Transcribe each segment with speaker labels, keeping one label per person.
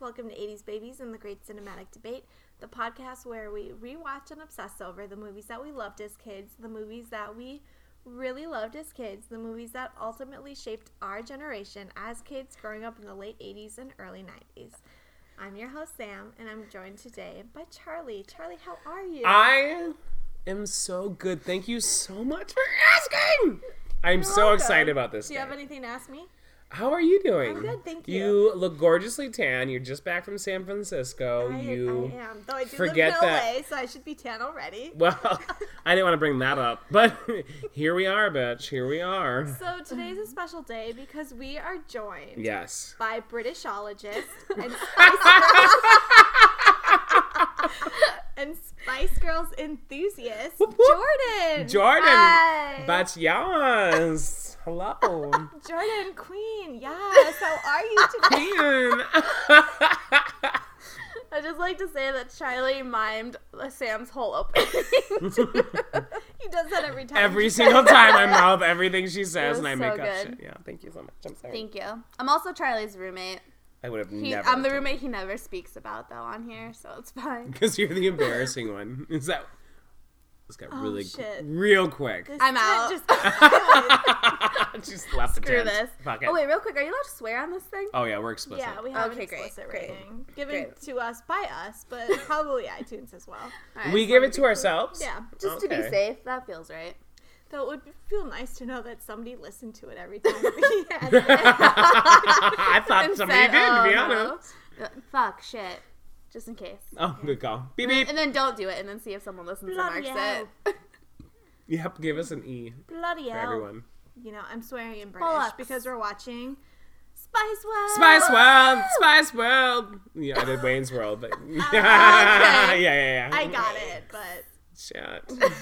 Speaker 1: Welcome to 80s Babies and the Great Cinematic Debate, the podcast where we rewatch and obsess over the movies that we loved as kids, the movies that we really loved as kids, the movies that ultimately shaped our generation as kids growing up in the late 80s and early 90s. I'm your host, Sam, and I'm joined today by Charlie. Charlie, how are you?
Speaker 2: I am so good. Thank you so much for asking. I'm
Speaker 1: You're
Speaker 2: so
Speaker 1: welcome.
Speaker 2: excited about this.
Speaker 1: Do you have
Speaker 2: day.
Speaker 1: anything to ask me?
Speaker 2: How are you doing?
Speaker 1: I'm good, thank
Speaker 2: You look gorgeously tan. You're just back from San Francisco.
Speaker 1: I,
Speaker 2: Oh, you
Speaker 1: I am, though I do
Speaker 2: forget
Speaker 1: live in LA,
Speaker 2: that-
Speaker 1: so I should be tan already.
Speaker 2: well, I didn't want to bring that up, but here we are, bitch. Here we are.
Speaker 1: So today's a special day because we are joined
Speaker 2: Yes.
Speaker 1: by Britishologist and and Spice Girls enthusiast
Speaker 2: Whoop, whoop.
Speaker 1: Jordan.
Speaker 2: Jordan.
Speaker 1: Hi.
Speaker 2: But yes. Hello.
Speaker 1: Jordan Queen. Yes. How are you today?
Speaker 2: Man.
Speaker 3: I just like to say that Charlie mimed Sam's whole opening.
Speaker 1: he does that every time.
Speaker 2: every single time I mouth everything she says
Speaker 3: was
Speaker 2: and I
Speaker 3: so
Speaker 2: make up
Speaker 3: good.
Speaker 2: shit. Yeah, thank you so much. I'm sorry.
Speaker 3: Thank you. I'm also Charlie's roommate.
Speaker 2: I would have
Speaker 3: He,
Speaker 2: never.
Speaker 3: I'm the roommate he never speaks about though on here, so it's fine.
Speaker 2: Because you're the embarrassing one. Is that? This got
Speaker 3: Oh,
Speaker 2: really
Speaker 1: shit.
Speaker 2: real quick.
Speaker 3: I'm out.
Speaker 1: Just,
Speaker 2: Just left the
Speaker 3: Screw
Speaker 2: tent.
Speaker 3: this.
Speaker 2: Fuck it.
Speaker 3: Oh wait, real quick, are you allowed to swear on this thing?
Speaker 2: Oh yeah, we're explicit.
Speaker 1: yeah, we have
Speaker 3: Okay,
Speaker 1: an
Speaker 3: great,
Speaker 1: explicit
Speaker 3: great,
Speaker 1: rating given
Speaker 3: great.
Speaker 1: to us by us, but probably iTunes as well.
Speaker 3: All right,
Speaker 2: we
Speaker 3: so-
Speaker 2: give it to ourselves.
Speaker 1: Yeah.
Speaker 3: just to be
Speaker 2: Okay.
Speaker 3: safe. That feels right.
Speaker 1: Though it would feel nice to know that somebody listened to it every time. we had it.
Speaker 2: I thought
Speaker 3: And
Speaker 2: somebody
Speaker 3: said,
Speaker 2: did. To be
Speaker 3: "Oh, no."
Speaker 2: honest.
Speaker 3: Uh, Fuck shit. Just in case.
Speaker 2: Oh, good call. Beep beep.
Speaker 3: And then don't do it, and then see if someone listens
Speaker 1: Bloody
Speaker 3: and marks it.
Speaker 2: Yep. Give us an E
Speaker 1: Bloody
Speaker 2: for
Speaker 3: Oh.
Speaker 1: hell.
Speaker 2: everyone.
Speaker 1: You know, I'm swearing in British
Speaker 3: Bollocks.
Speaker 1: because we're watching Spice World.
Speaker 2: Spice World. Spice World. Yeah, I did Wayne's World, but
Speaker 3: Ah,
Speaker 2: yeah, yeah, yeah.
Speaker 1: I got it, but
Speaker 2: Shit.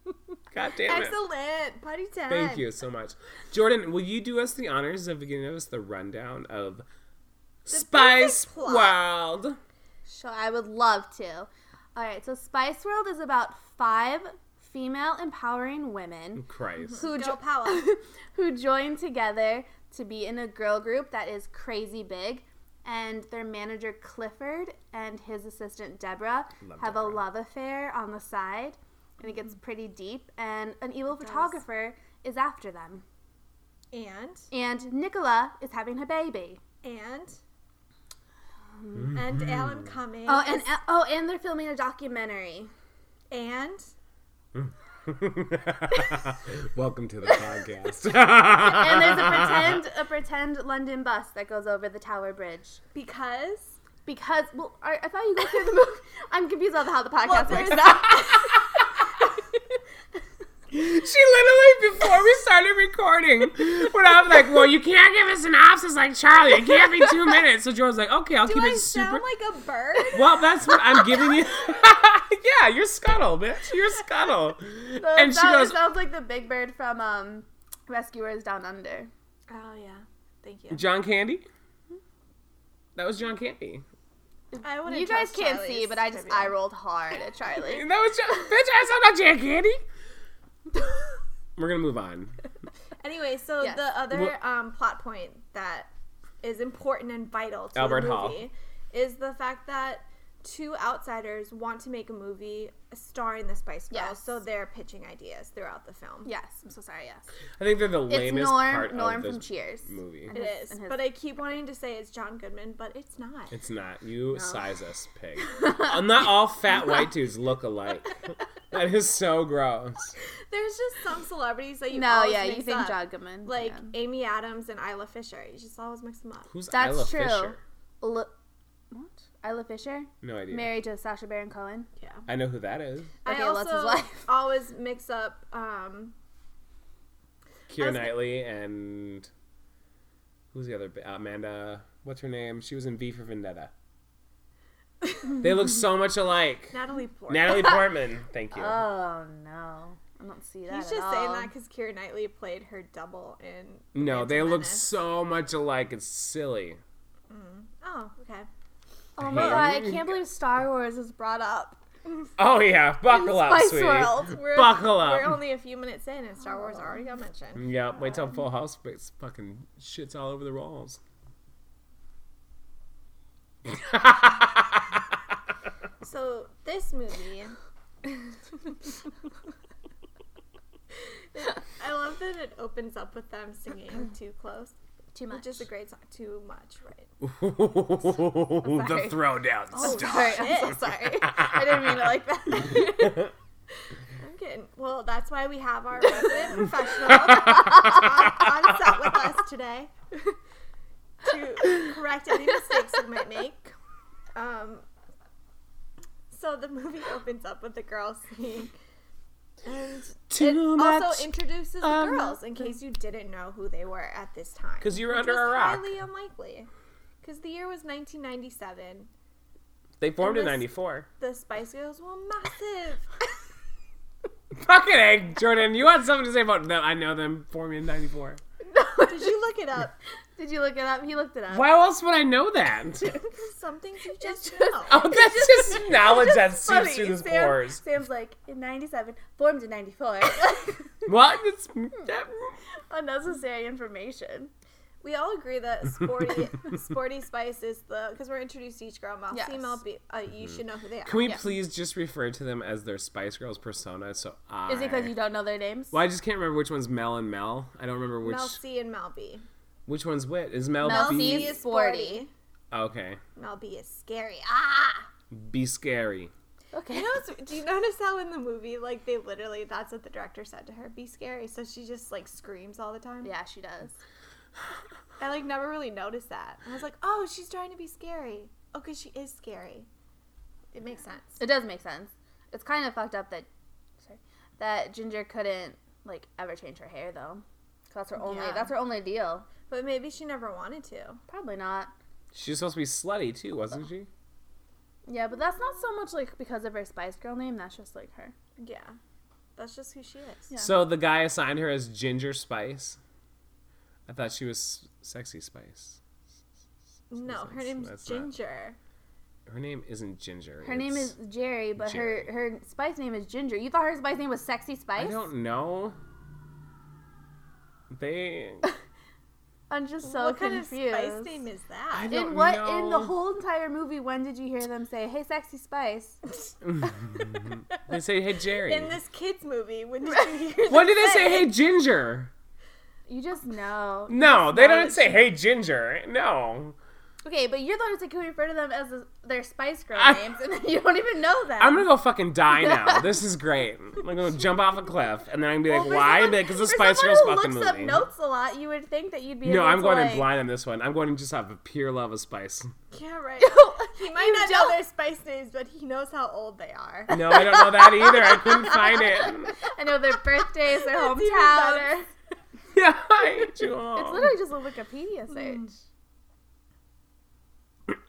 Speaker 2: God damn it.
Speaker 1: excellent. Party time.
Speaker 2: Thank you so much. Jordan, will you do us the honors of giving us the rundown of Spice
Speaker 1: basic plot.
Speaker 2: World?
Speaker 3: So I would love to. All right, so Spice World is about five female empowering
Speaker 2: Mm-hmm.
Speaker 3: women
Speaker 2: Christ.
Speaker 3: who
Speaker 1: Girl
Speaker 3: jo-
Speaker 1: power.
Speaker 3: who join together to be in a girl group that is crazy big. And their manager Clifford and his assistant Deborah
Speaker 2: Love
Speaker 3: have a
Speaker 2: Deborah.
Speaker 3: love affair on the side, and it
Speaker 1: Mm-hmm.
Speaker 3: gets pretty deep. And an evil photographer is after them.
Speaker 1: And
Speaker 3: And Nicola is having her baby.
Speaker 1: and
Speaker 2: Mm-hmm.
Speaker 1: and Alan Cumming.
Speaker 3: Oh, and oh, and they're filming a documentary.
Speaker 1: and
Speaker 2: Welcome to the podcast.
Speaker 3: and there's a pretend a pretend London bus that goes over the Tower Bridge.
Speaker 1: because
Speaker 3: Because well, I, I thought you go through the movie. I'm confused about how the podcast
Speaker 1: Well, there's-
Speaker 3: works now.
Speaker 2: she literally, before we started recording, when I was like, well, you can't give a synopsis like Charlie. It can't be two minutes. So Jordan's like, okay, I'll
Speaker 1: do
Speaker 2: keep
Speaker 1: I
Speaker 2: it super.
Speaker 1: sound like a bird?
Speaker 2: well, that's what I'm giving you. yeah, you're Scuttle, bitch. You're Scuttle.
Speaker 3: So
Speaker 2: and she
Speaker 3: that
Speaker 2: goes,
Speaker 3: sounds like the Big Bird from um, Rescuers Down Under.
Speaker 1: oh yeah. Thank you.
Speaker 2: John Candy? That was John Candy.
Speaker 1: I wouldn't
Speaker 3: you guys
Speaker 1: trust
Speaker 3: can't
Speaker 1: Charlie's
Speaker 3: see, but I just
Speaker 1: trivia.
Speaker 3: eye rolled hard at Charlie.
Speaker 2: And that was John. Bitch, I saw not John Candy. We're gonna move on.
Speaker 1: Anyway, so
Speaker 3: Yes.
Speaker 1: the other
Speaker 2: Well-
Speaker 1: um, plot point that is important and vital to
Speaker 2: Albert
Speaker 1: the
Speaker 2: Hall.
Speaker 1: movie is the fact that two outsiders want to make a movie starring the Spice Girls,
Speaker 3: Yes.
Speaker 1: so they're pitching ideas throughout the film.
Speaker 3: yes, I'm so sorry. Yes,
Speaker 2: I think they're the
Speaker 3: it's
Speaker 2: lamest part
Speaker 3: Norm. Norm
Speaker 2: of this
Speaker 3: from Cheers.
Speaker 2: movie.
Speaker 3: And
Speaker 1: It
Speaker 3: his-
Speaker 1: is,
Speaker 3: and his-
Speaker 1: but I keep wanting to say it's John Goodman, but it's not.
Speaker 2: It's not. You size us, pig. Uh, not all fat white dudes look alike. That is so gross.
Speaker 1: There's just some celebrities that you
Speaker 3: No,
Speaker 1: always
Speaker 3: yeah,
Speaker 1: mix
Speaker 3: you think
Speaker 1: up,
Speaker 3: John Goodman.
Speaker 1: like
Speaker 3: yeah.
Speaker 1: Amy Adams and Isla Fisher. You just always mix them up.
Speaker 2: Who's
Speaker 3: That's
Speaker 2: Isla
Speaker 3: true.
Speaker 2: Fisher?
Speaker 3: Lo- what? Isla Fisher,
Speaker 2: No idea.
Speaker 3: married to Sasha Baron Cohen.
Speaker 1: Yeah.
Speaker 2: I know who that is.
Speaker 1: I
Speaker 3: Okay,
Speaker 1: also
Speaker 3: Lutz is wife.
Speaker 1: always mix up um, I
Speaker 2: Keira
Speaker 1: was-
Speaker 2: Knightley and who's the other? bi- Amanda. What's her name? She was in V for Vendetta. they look so much alike.
Speaker 1: Natalie Portman.
Speaker 2: Natalie Portman. Thank you.
Speaker 3: Oh no, I don't see that.
Speaker 1: He's
Speaker 3: at
Speaker 1: just saying
Speaker 3: all.
Speaker 1: that because Keira Knightley played her double in.
Speaker 2: No,
Speaker 1: Phantom
Speaker 2: they look
Speaker 1: Menace.
Speaker 2: so much alike. It's silly.
Speaker 1: Oh, okay.
Speaker 3: Oh my
Speaker 2: Hey.
Speaker 3: god, I can't believe Star Wars is brought up.
Speaker 2: Oh yeah, buckle up,
Speaker 3: Spice
Speaker 2: sweetie.
Speaker 3: World.
Speaker 1: We're,
Speaker 2: Buckle up.
Speaker 1: We're only a few minutes in, and Star Wars already got mentioned.
Speaker 2: Yeah, wait till Full House but it's fucking shits all over the walls.
Speaker 1: So this movie, I love that it opens up with them singing "Too Close,"
Speaker 3: Too much.
Speaker 1: which is a great song. Too much, right?
Speaker 2: the
Speaker 3: sorry.
Speaker 2: throwdown
Speaker 3: Oh,
Speaker 2: stuff.
Speaker 3: sorry. I'm so sorry. I didn't mean it like that.
Speaker 1: I'm kidding. Well, that's why we have our resident professional on, on set with us today to correct any mistakes we might make. Um, so the movie opens up with the girls singing, and
Speaker 2: Too
Speaker 1: it
Speaker 2: much.
Speaker 1: also introduces the
Speaker 2: of
Speaker 1: girls in case you didn't know who they were at this time.
Speaker 2: um, 'Cause you're
Speaker 1: which
Speaker 2: under
Speaker 1: was
Speaker 2: a rock.
Speaker 1: Highly unlikely, because the year was 1997.
Speaker 2: they formed in
Speaker 1: this-
Speaker 2: '94.
Speaker 1: The Spice Girls were massive.
Speaker 2: Fucking egg, Jordan. You had something to say about them? I know them forming in '94.
Speaker 1: Did you look it up?
Speaker 3: Did you look it up? He looked it up.
Speaker 2: Why else would I know that?
Speaker 1: There's some things you just,
Speaker 3: just-
Speaker 1: know.
Speaker 2: Oh, that's just knowledge that seeps
Speaker 3: Funny.
Speaker 2: through the
Speaker 3: Sam-
Speaker 2: pores.
Speaker 3: Sam's like in '97, formed in '94.
Speaker 2: What? It's, that,
Speaker 3: Unnecessary information.
Speaker 1: We all agree that sporty, sporty spice is the because we're introduced to each girl, male,
Speaker 3: Yes.
Speaker 1: female. Be, uh, you should know who they are.
Speaker 2: Mm. can we
Speaker 3: Yeah.
Speaker 2: please just refer to them as their Spice Girls persona? So I.
Speaker 3: Is it because you don't know their names?
Speaker 2: Well, I just can't remember which one's Mel and Mel. I don't remember which
Speaker 1: Mel C and Mel B.
Speaker 2: which one's wit. Is Mel,
Speaker 3: Mel
Speaker 1: Mel
Speaker 2: be
Speaker 3: C
Speaker 1: C
Speaker 3: is
Speaker 1: is sporty.
Speaker 3: sporty.
Speaker 2: okay?
Speaker 1: Mel B is scary. Ah.
Speaker 2: Be scary.
Speaker 3: Okay.
Speaker 1: You know, what's- do you notice how in the movie, like they literally, that's what the director said to her, be scary. So she just like screams all the time.
Speaker 3: yeah, she does.
Speaker 1: I like never really noticed that. I was like, oh, she's trying to be scary. Oh, cause she is scary. It makes sense.
Speaker 3: It does make sense. It's kind of fucked up that, sorry, that Ginger couldn't like ever change her hair though. 'Cause That's her only.
Speaker 1: Yeah.
Speaker 3: That's her only deal.
Speaker 1: But maybe she never wanted to.
Speaker 3: Probably not.
Speaker 2: She was supposed to be slutty too, wasn't she?
Speaker 3: Yeah, but that's not so much like because of her Spice Girl name. That's just like her.
Speaker 1: Yeah. That's just who she is.
Speaker 3: Yeah.
Speaker 2: So the guy assigned her as Ginger Spice. I thought she was Sexy Spice.
Speaker 1: No, her
Speaker 2: That's-
Speaker 1: name's
Speaker 2: that's not-
Speaker 1: Ginger.
Speaker 2: Her name isn't Ginger.
Speaker 3: Her name is
Speaker 2: it's-
Speaker 3: Jerry, but her her Spice name is Ginger. You thought her Spice name was Sexy
Speaker 2: I
Speaker 3: Spice?
Speaker 2: don't know. They.
Speaker 3: I'm just so
Speaker 1: what
Speaker 3: confused.
Speaker 1: kind of spice name is
Speaker 2: I
Speaker 1: that?
Speaker 2: don't
Speaker 3: in what
Speaker 2: know.
Speaker 3: in the whole entire movie? When did you hear them say, "Hey, Sexy Spice"?
Speaker 2: They say, "Hey Jerry."
Speaker 1: In this kids movie, when did you hear
Speaker 2: when
Speaker 1: them
Speaker 2: did they say,
Speaker 1: it?
Speaker 2: "Hey Ginger"?
Speaker 3: You just know.
Speaker 2: No, they
Speaker 3: know
Speaker 2: don't
Speaker 3: that
Speaker 2: say, "Hey Ginger." No.
Speaker 3: Okay, but you're the one who's like, who refer to them as their Spice Girl names, and then you don't even know them.
Speaker 2: I'm gonna go fucking die now. this is great. I'm gonna jump off a cliff, and then I'm gonna be like,
Speaker 3: For
Speaker 2: "Why?"
Speaker 3: someone-
Speaker 2: Because the
Speaker 3: for
Speaker 2: Spice
Speaker 3: someone
Speaker 2: Girls
Speaker 3: who
Speaker 2: fucking
Speaker 3: looks
Speaker 2: movie.
Speaker 3: up notes a lot, you would think that you'd be.
Speaker 2: no,
Speaker 3: able
Speaker 2: I'm
Speaker 3: to,
Speaker 2: going
Speaker 3: like,
Speaker 2: in blind on this one. I'm going just off a pure love of Spice.
Speaker 1: Yeah, right.
Speaker 3: You
Speaker 1: He might not
Speaker 3: don't-
Speaker 1: know their spice names, but he knows how old they are.
Speaker 2: No, I don't know that either. I couldn't find it.
Speaker 3: I know their birthdays, their
Speaker 1: That's even
Speaker 3: hometown.
Speaker 1: better.
Speaker 2: Yeah, I hate you all.
Speaker 3: It's literally just a Wikipedia
Speaker 2: Mm.
Speaker 3: search.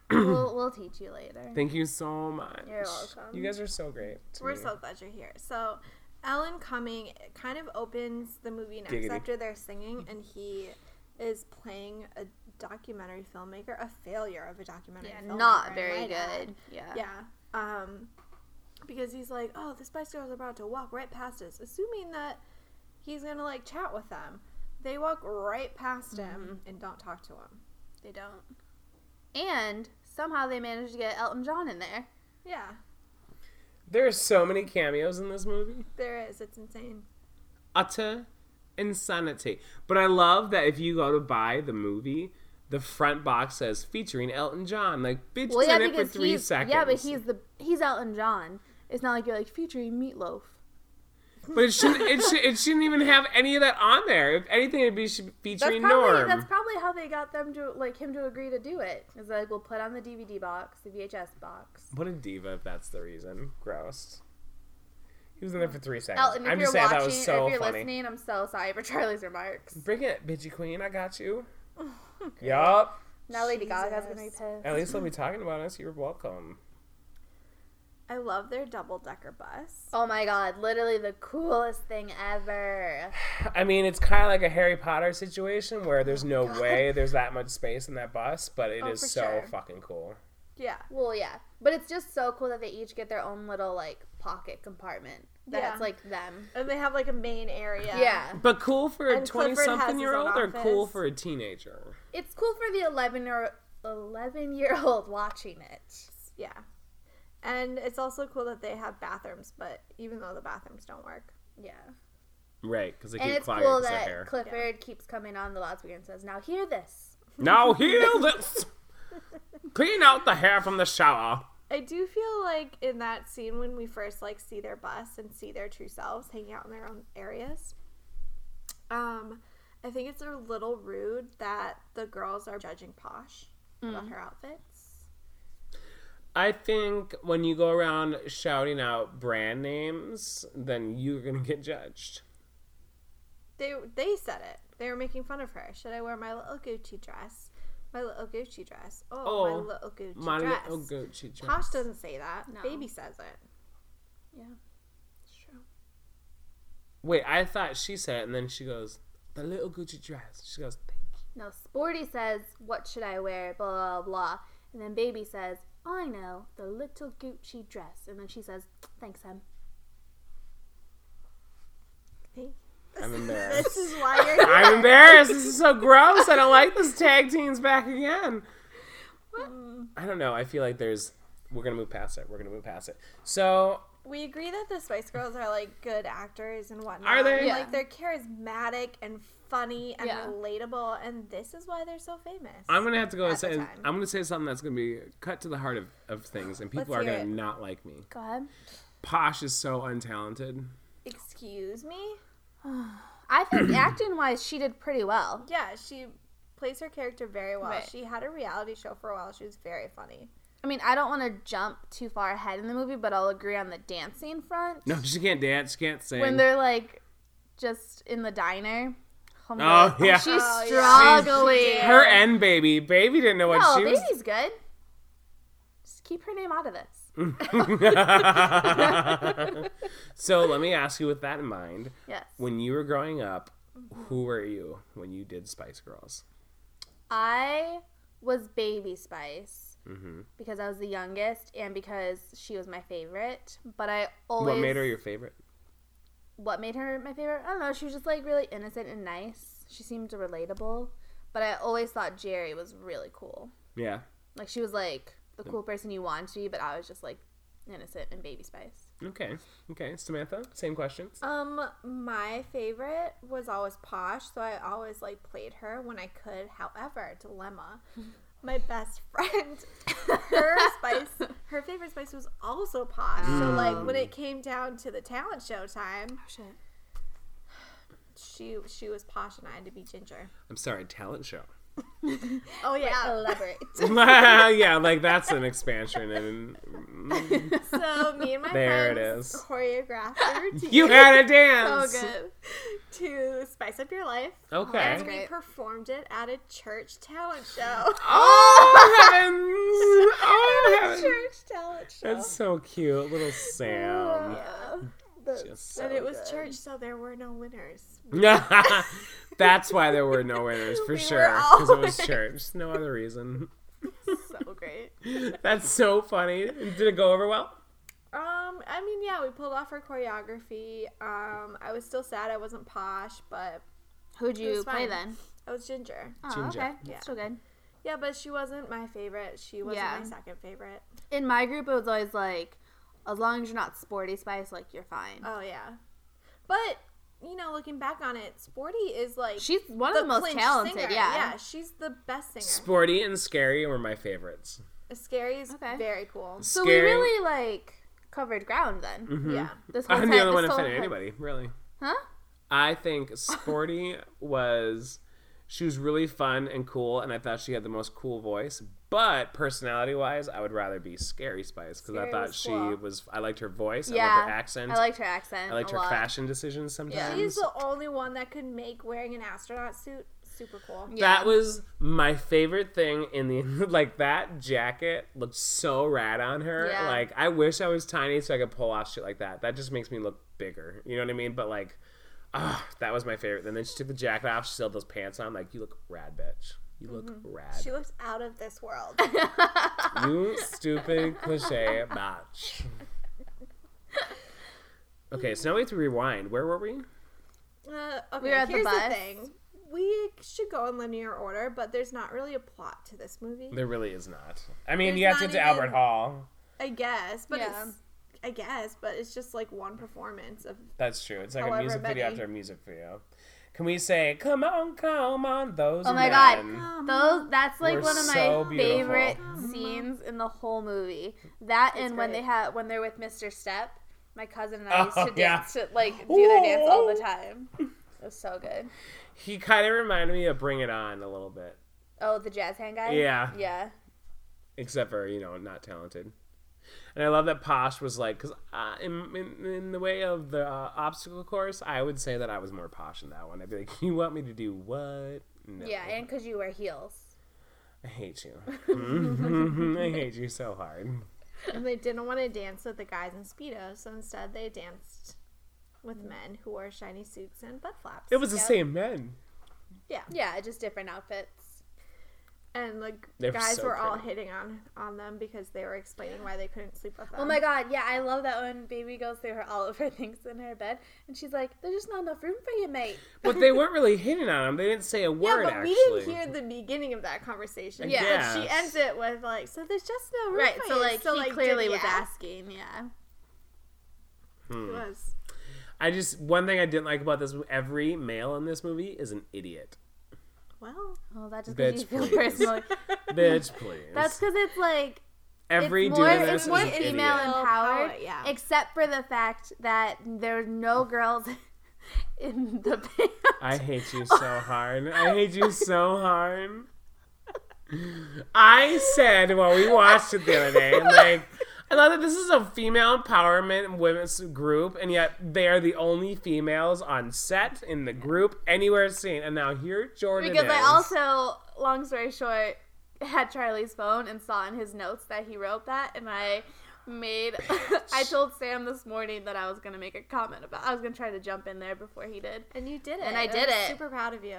Speaker 3: we'll, we'll teach you later.
Speaker 2: Thank you so much.
Speaker 3: You're welcome.
Speaker 2: You guys are so great. to
Speaker 1: We're
Speaker 2: me.
Speaker 1: so glad you're here. So, Ellen Cumming kind of opens the movie next
Speaker 2: Giggity.
Speaker 1: after they're singing, and he is playing a documentary filmmaker, a failure of a documentary
Speaker 3: Yeah,
Speaker 1: filmmaker.
Speaker 3: not
Speaker 1: I
Speaker 3: very
Speaker 1: might add.
Speaker 3: good. Yeah.
Speaker 1: Yeah. Um, because he's like, oh, the Spice Girls are about to walk right past us, assuming that he's gonna like chat with them. They walk right past him and don't talk to him.
Speaker 3: They don't. And somehow they managed to get Elton John in there.
Speaker 1: Yeah,
Speaker 2: There are so many cameos in this movie.
Speaker 1: there is. It's insane.
Speaker 2: Utter insanity. But I love that if you go to buy the movie, the front box says featuring Elton John. Like, bitch,
Speaker 3: Well,
Speaker 2: was
Speaker 3: yeah,
Speaker 2: in it for
Speaker 3: because
Speaker 2: three
Speaker 3: he's
Speaker 2: seconds.
Speaker 3: yeah, but he's the he's Elton John. It's not like you're like featuring Meatloaf.
Speaker 2: But it shouldn't. It, should, it shouldn't even have any of that on there. If anything, it'd be should-
Speaker 3: That's
Speaker 2: featuring
Speaker 3: probably,
Speaker 2: Norm.
Speaker 3: that's probably how they got them to like him to agree to do it. Is like we'll put on the DVD box, the VHS box.
Speaker 2: What a diva! If that's the reason. Gross. He was in there for three seconds.
Speaker 3: Elton, if
Speaker 2: I'm
Speaker 3: you're
Speaker 2: just saying
Speaker 3: watching,
Speaker 2: that was so
Speaker 3: if you're
Speaker 2: funny.
Speaker 3: listening, I'm so sorry for Charlie's remarks.
Speaker 2: Bring it, bitchy queen. I got you. yup.
Speaker 3: Now Lady Gaga's gonna be
Speaker 1: Jesus.
Speaker 3: pissed.
Speaker 2: At least they'll be talking about us. You're welcome.
Speaker 1: I love their double decker bus.
Speaker 3: Oh my god, literally the coolest thing ever.
Speaker 2: I mean, it's kind of like a Harry Potter situation where there's no way there's that much space in that bus, but it is
Speaker 1: Oh, for
Speaker 2: so
Speaker 1: sure.
Speaker 2: fucking cool.
Speaker 1: Yeah.
Speaker 3: Well, yeah. But it's just so cool that they each get their own little like pocket compartment. That's
Speaker 1: Yeah.
Speaker 3: like them.
Speaker 1: And they have like a main area.
Speaker 3: Yeah.
Speaker 2: But cool for a
Speaker 1: And Clifford has his own
Speaker 2: twenty-something-year-old or cool
Speaker 1: office.
Speaker 2: for a teenager?
Speaker 3: It's cool for the 11 or
Speaker 4: 11 year old watching it.
Speaker 1: Yeah. And it's also cool that they have bathrooms, but even though the bathrooms don't work.
Speaker 4: Yeah.
Speaker 2: Right, because they
Speaker 4: And
Speaker 2: keep
Speaker 4: it's
Speaker 2: clogging
Speaker 4: cool
Speaker 2: their
Speaker 4: that
Speaker 2: hair.
Speaker 4: Clifford keeps coming on the loudspeaker and says, Now hear this.
Speaker 2: now heal this. Clean out the hair from the shower.
Speaker 1: I do feel like in that scene when we first like see their bus and see their true selves hanging out in their own areas. Um, I think it's a little rude that the girls are judging Posh
Speaker 2: Mm.
Speaker 1: about her outfits.
Speaker 2: I think when you go around shouting out brand names, then you're gonna get judged.
Speaker 1: They they said it. They were making fun of her. Should I wear my little Gucci dress? My little Gucci dress. Oh,
Speaker 2: Oh,
Speaker 1: my little Gucci
Speaker 2: My
Speaker 1: dress.
Speaker 2: little Gucci dress.
Speaker 1: Posh doesn't say that.
Speaker 3: No.
Speaker 1: Baby says it.
Speaker 3: Yeah.
Speaker 1: It's true.
Speaker 2: Wait, I thought she said it, and then she goes, "The little Gucci dress." She goes, "Thank you."
Speaker 3: No, Sporty says, What should I wear? Blah, blah, blah. And then Baby says, I know, the little Gucci dress. And then she says, Thanks, Em.
Speaker 2: I'm
Speaker 1: This
Speaker 2: embarrassed.
Speaker 1: is why you're here.
Speaker 2: I'm embarrassed. This is so gross. I don't like this tag team's back again. I don't know. I feel like there's. We're gonna move past it. We're gonna move past it. So
Speaker 1: We agree that the Spice Girls are like good actors and whatnot.
Speaker 2: Are
Speaker 1: Like
Speaker 2: they?
Speaker 3: Yeah.
Speaker 1: they're charismatic and funny and
Speaker 3: Yeah.
Speaker 1: relatable, and this is why they're so famous.
Speaker 2: I'm gonna have to go and
Speaker 1: At the
Speaker 2: say
Speaker 1: time.
Speaker 2: I'm gonna say something that's gonna be cut to the heart of, of things, and people
Speaker 1: Let's
Speaker 2: are
Speaker 1: hear
Speaker 2: gonna
Speaker 1: it.
Speaker 2: not like me.
Speaker 3: Go ahead.
Speaker 2: Posh is so untalented.
Speaker 1: Excuse me?
Speaker 3: I think acting wise, she did pretty well.
Speaker 1: Yeah, she plays her character very well.
Speaker 3: Right.
Speaker 1: She had a reality show for a while. She was very funny.
Speaker 3: I mean, I don't want to jump too far ahead in the movie, but I'll agree on the dancing front.
Speaker 2: No, she can't dance. She can't sing.
Speaker 3: When they're like just in the diner. Oh,
Speaker 2: Oh, yeah.
Speaker 3: She's
Speaker 1: Oh, yeah.
Speaker 3: struggling.
Speaker 2: her and baby, baby didn't know what
Speaker 3: No,
Speaker 2: she
Speaker 3: Baby's good. Just keep her name out of this.
Speaker 2: Mm-hmm. was. so let me ask you, with that in mind,
Speaker 3: Yes.
Speaker 2: when you were growing up, who were you when you did Spice Girls?
Speaker 3: I was Baby Spice
Speaker 2: hmm
Speaker 3: because I was the youngest and because she was my favorite. But I always
Speaker 2: What made her your favorite?
Speaker 3: what made her my favorite? I don't know. She was just like really innocent and nice. She seemed relatable. But I always thought Jerry was really cool.
Speaker 2: Yeah,
Speaker 3: Like she was like the cool person you wanted to be, but I was just like innocent and Baby Spice.
Speaker 2: okay, okay. Samantha, same questions.
Speaker 1: Um, my favorite was always Posh, so I always like played her when I could. However, dilemma. My best friend, her spice, her favorite spice was also Posh. So like when it
Speaker 2: Mm.
Speaker 1: came down to the talent show time,
Speaker 3: Oh shit.
Speaker 1: she she was Posh and I had to be Ginger.
Speaker 2: I'm sorry, talent show.
Speaker 1: Oh yeah.
Speaker 4: Elaborate.
Speaker 2: yeah, like that's an expansion, and
Speaker 1: so me and my
Speaker 2: There it
Speaker 1: friends
Speaker 2: is.
Speaker 1: choreographed a routine.
Speaker 2: you had a
Speaker 1: so
Speaker 2: dance.
Speaker 1: good to spice up your life.
Speaker 2: Okay.
Speaker 1: And we
Speaker 3: great.
Speaker 1: performed it at a church talent show.
Speaker 2: Oh heavens! Oh heavens!
Speaker 1: church talent show.
Speaker 2: That's so cute, little Sam. Just
Speaker 1: and it was church, so there were no winners.
Speaker 2: so- That's why there were no winners for
Speaker 1: We were
Speaker 2: sure,
Speaker 1: all
Speaker 2: because it was church. No other reason.
Speaker 1: So great.
Speaker 2: That's so funny. Did it go over well?
Speaker 1: Um, I mean, yeah, we pulled off our choreography. Um, I was still sad I wasn't posh, but
Speaker 3: Who'd
Speaker 1: was
Speaker 3: you
Speaker 1: fine.
Speaker 3: play then?
Speaker 1: I was ginger.
Speaker 3: Oh,
Speaker 2: Ginger.
Speaker 3: okay.
Speaker 1: Yeah.
Speaker 3: Still good.
Speaker 1: Yeah, but she wasn't my favorite. She wasn't
Speaker 3: Yeah.
Speaker 1: my second favorite.
Speaker 3: In my group, it was always like, as long as you're not Sporty Spice, like you're fine.
Speaker 1: Oh yeah, but you know, looking back on it, Sporty is like
Speaker 3: She's one of the most
Speaker 1: clinch
Speaker 3: talented.
Speaker 1: singer.
Speaker 3: Yeah.
Speaker 1: yeah, she's the best singer.
Speaker 2: Sporty and scary were my favorites.
Speaker 1: Scary is
Speaker 3: Okay.
Speaker 1: very cool.
Speaker 3: So
Speaker 2: scary. Mm-hmm.
Speaker 3: we really like covered ground then.
Speaker 1: Yeah,
Speaker 3: This whole
Speaker 2: I'm
Speaker 3: time-
Speaker 2: the only one
Speaker 3: this
Speaker 2: to
Speaker 3: whole
Speaker 2: fit
Speaker 3: time-
Speaker 2: anybody, really.
Speaker 3: Huh?
Speaker 2: I think Sporty was she was really fun and cool, and I thought she had the most cool voice. But personality wise, I would rather be Scary Spice because I
Speaker 1: Scary
Speaker 2: thought
Speaker 1: was
Speaker 2: she
Speaker 1: cool.
Speaker 2: was. I liked her voice. I
Speaker 3: Yeah.
Speaker 2: liked her accent.
Speaker 3: I liked her accent.
Speaker 2: I liked
Speaker 3: a
Speaker 2: her
Speaker 3: lot.
Speaker 2: fashion decisions sometimes.
Speaker 1: she's the only one that could make wearing an astronaut suit super cool.
Speaker 2: That was my favorite thing in the like that jacket looked so rad on her.
Speaker 3: Yeah.
Speaker 2: Like I wish I was tiny so I could pull off shit like that. That just makes me look bigger. You know what I mean? But like ah, that was my favorite. And then she took the jacket off, she still had those pants on, like you look rad, bitch. You look rad.
Speaker 1: Mm-hmm. She looks out of this world.
Speaker 2: you stupid cliche bitch. Okay, so now we have to rewind. Where were we?
Speaker 1: Uh, okay,
Speaker 3: were at the
Speaker 1: Uh, here's the,
Speaker 3: bus.
Speaker 1: thing. we should go in linear order, but there's not really a plot to this movie.
Speaker 2: There really is not. I mean,
Speaker 1: There's
Speaker 2: yes,
Speaker 1: not
Speaker 2: it's
Speaker 1: even-
Speaker 2: Albert Hall.
Speaker 1: I guess, but
Speaker 5: Yeah.
Speaker 1: it's I guess, but it's just like one performance of
Speaker 2: That's true. It's like a
Speaker 1: However
Speaker 2: music video
Speaker 1: many.
Speaker 2: after a music video. Can we say, come on, come on, those
Speaker 5: Oh my
Speaker 2: men.
Speaker 5: god.
Speaker 1: Come
Speaker 5: Those that's like
Speaker 2: We're
Speaker 5: one of my
Speaker 2: so beautiful.
Speaker 5: favorite scenes in the whole movie. That and when
Speaker 3: great.
Speaker 5: they have when they're with Mr. Step, my cousin and I used to
Speaker 2: Oh, yeah.
Speaker 5: dance to, like do their dance all the
Speaker 2: Ooh.
Speaker 5: time. It was so good.
Speaker 2: He kind of reminded me of Bring It On a little bit.
Speaker 5: Oh, the jazz hand guy?
Speaker 2: Yeah.
Speaker 5: Yeah.
Speaker 2: except for you know not talented and i love that posh was like because in, in, in the way of the uh, obstacle course i would say that i was more posh in that one i'd be like you want me to do what no.
Speaker 3: Yeah, and because you wear heels.
Speaker 2: i hate you Mhm. i hate you so hard
Speaker 1: and they didn't want to dance with the guys in speedos, so instead they danced with men who wore shiny suits and butt flaps.
Speaker 2: it was the same men
Speaker 1: yeah,
Speaker 3: Yeah, just different outfits.
Speaker 1: and like
Speaker 2: They were
Speaker 1: guys
Speaker 2: so
Speaker 1: were all
Speaker 2: pretty.
Speaker 1: hitting on on them because they were explaining why they couldn't sleep with them.
Speaker 3: Oh my god, yeah, I love that when baby goes through her all of her things in her bed, and she's like, "There's just not enough room for you, mate."
Speaker 2: but they weren't really hitting on him they didn't say a
Speaker 1: Yeah,
Speaker 2: word
Speaker 1: but
Speaker 2: actually
Speaker 1: we didn't hear the beginning of that conversation.
Speaker 2: Yeah.
Speaker 1: But she
Speaker 2: Yes.
Speaker 1: ends it with like, so there's just no room
Speaker 5: Right.
Speaker 1: for
Speaker 5: So
Speaker 1: you."
Speaker 5: like he
Speaker 1: like,
Speaker 5: clearly
Speaker 1: did-
Speaker 5: was
Speaker 1: yeah,
Speaker 5: asking, yeah.
Speaker 2: Hmm.
Speaker 1: he was.
Speaker 2: i just one thing i didn't like about this every male in this movie is an idiot
Speaker 1: Well,
Speaker 5: Oh, that just makes
Speaker 2: Bitch,
Speaker 5: me feel
Speaker 2: please.
Speaker 5: personal.
Speaker 2: bitch please
Speaker 5: That's because it's like
Speaker 2: every
Speaker 5: it's
Speaker 2: dude
Speaker 5: more,
Speaker 2: in this
Speaker 5: it's more
Speaker 2: is an idiot
Speaker 5: female empowered,
Speaker 1: Power, yeah.
Speaker 5: except for the fact that there's no girls in the band.
Speaker 2: I hate you so hard. I hate you so hard. I said while we watched it the other day, like, I love that this is a female empowerment women's group, and yet they are the only females on set, in the group, anywhere seen. And now here Jordan
Speaker 5: because
Speaker 2: is.
Speaker 5: I also, long story short, had Charlie's phone and saw in his notes that he wrote that, and I made. I told Sam this morning that I was gonna make a comment about. I was gonna try to jump in there before he did
Speaker 1: and you did it.
Speaker 5: And I did
Speaker 1: was
Speaker 5: it.
Speaker 1: Super proud of you.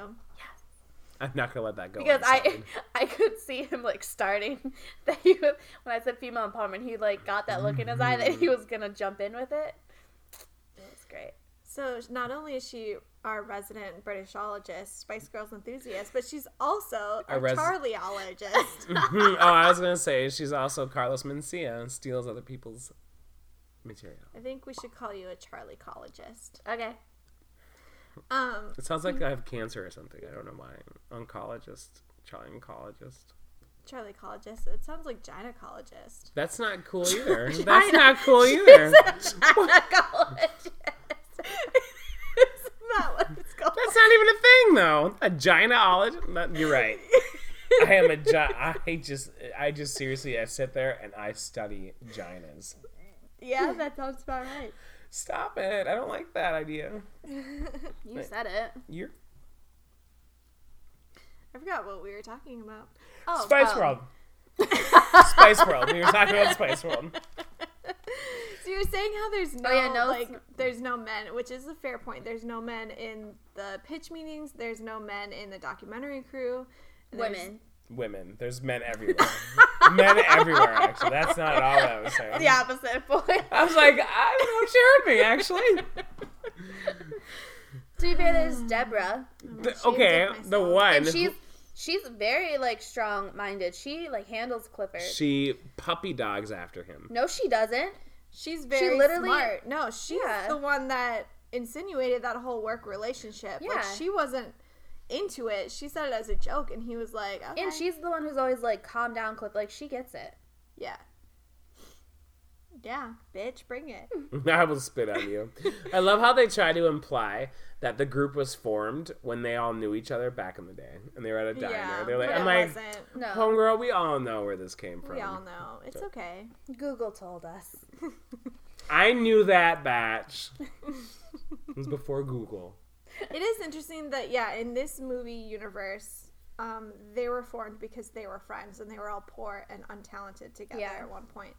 Speaker 2: I'm not gonna let that go.
Speaker 5: because I
Speaker 2: unsaid.
Speaker 5: I could see him like starting that he was, when I said female empowerment, he like got that look in his eye that he was gonna jump in with it. It was great.
Speaker 1: So not only is she our resident Britishologist, Spice Girls enthusiast, but she's also
Speaker 2: A
Speaker 1: a
Speaker 2: res-
Speaker 1: Charlieologist.
Speaker 2: oh, I was gonna say she's also Carlos Mencia and steals other people's material.
Speaker 1: I think we should call you a Charlie cologist.
Speaker 5: Okay.
Speaker 1: Um,
Speaker 2: It sounds like I have cancer or something. I don't know why. Oncologist, child oncologist.
Speaker 1: Charlie cologist. It sounds like gynecologist.
Speaker 2: That's not cool either. That's not cool either.
Speaker 1: It's not what it's called.
Speaker 2: That's not even a thing though. A gynecologist. Not, you're right. I am a gi- I just I just seriously I sit there and I study gynas.
Speaker 1: Yeah, that sounds about right.
Speaker 2: Stop it. I don't like that idea.
Speaker 5: You said it.
Speaker 2: You're
Speaker 1: I forgot what we were talking about.
Speaker 5: Oh,
Speaker 2: Spice
Speaker 5: um,
Speaker 2: World. Spice World. We were talking about Spice World.
Speaker 1: So you were saying how there's no,
Speaker 5: yeah, no,
Speaker 1: like
Speaker 5: it's-
Speaker 1: there's no men, which is a fair point. There's no men in the pitch meetings. There's no men in the documentary crew. There's-
Speaker 5: Women.
Speaker 2: Women. There's men everywhere. men everywhere, actually. That's not at all what I was saying.
Speaker 5: The opposite point.
Speaker 2: I was like, I don't know, Jeremy, actually.
Speaker 3: To be fair, there's Deborah,
Speaker 2: The- okay,
Speaker 1: myself.
Speaker 2: the one.
Speaker 3: and she's she's very like strong-minded. She like handles Clifford.
Speaker 2: She puppy dogs after him.
Speaker 3: no, she doesn't.
Speaker 1: She's very
Speaker 3: literally-
Speaker 1: smart. No, she's
Speaker 3: Yeah.
Speaker 1: the one that insinuated that whole work relationship.
Speaker 3: Yeah.
Speaker 1: Like she wasn't into it. She said it as a joke, and he was like, okay.
Speaker 3: And she's the one who's always like, calm down, Cliff. Like, she gets it.
Speaker 1: yeah, yeah, bitch, bring it.
Speaker 2: I will spit on you. I love how they try to imply that the group was formed when they all knew each other back in the day, and they were at a diner.
Speaker 1: yeah,
Speaker 2: They're like,
Speaker 1: but
Speaker 2: I'm
Speaker 1: it
Speaker 2: like,
Speaker 1: wasn't. uh,
Speaker 3: No.
Speaker 2: homegirl, we all know where this came from.
Speaker 1: We all know it's okay.
Speaker 3: Google told us.
Speaker 2: I knew that batch. it was before Google.
Speaker 1: It is interesting that yeah, in this movie universe, um, they were formed because they were friends and they were all poor and untalented together
Speaker 3: Yeah.
Speaker 1: at one point.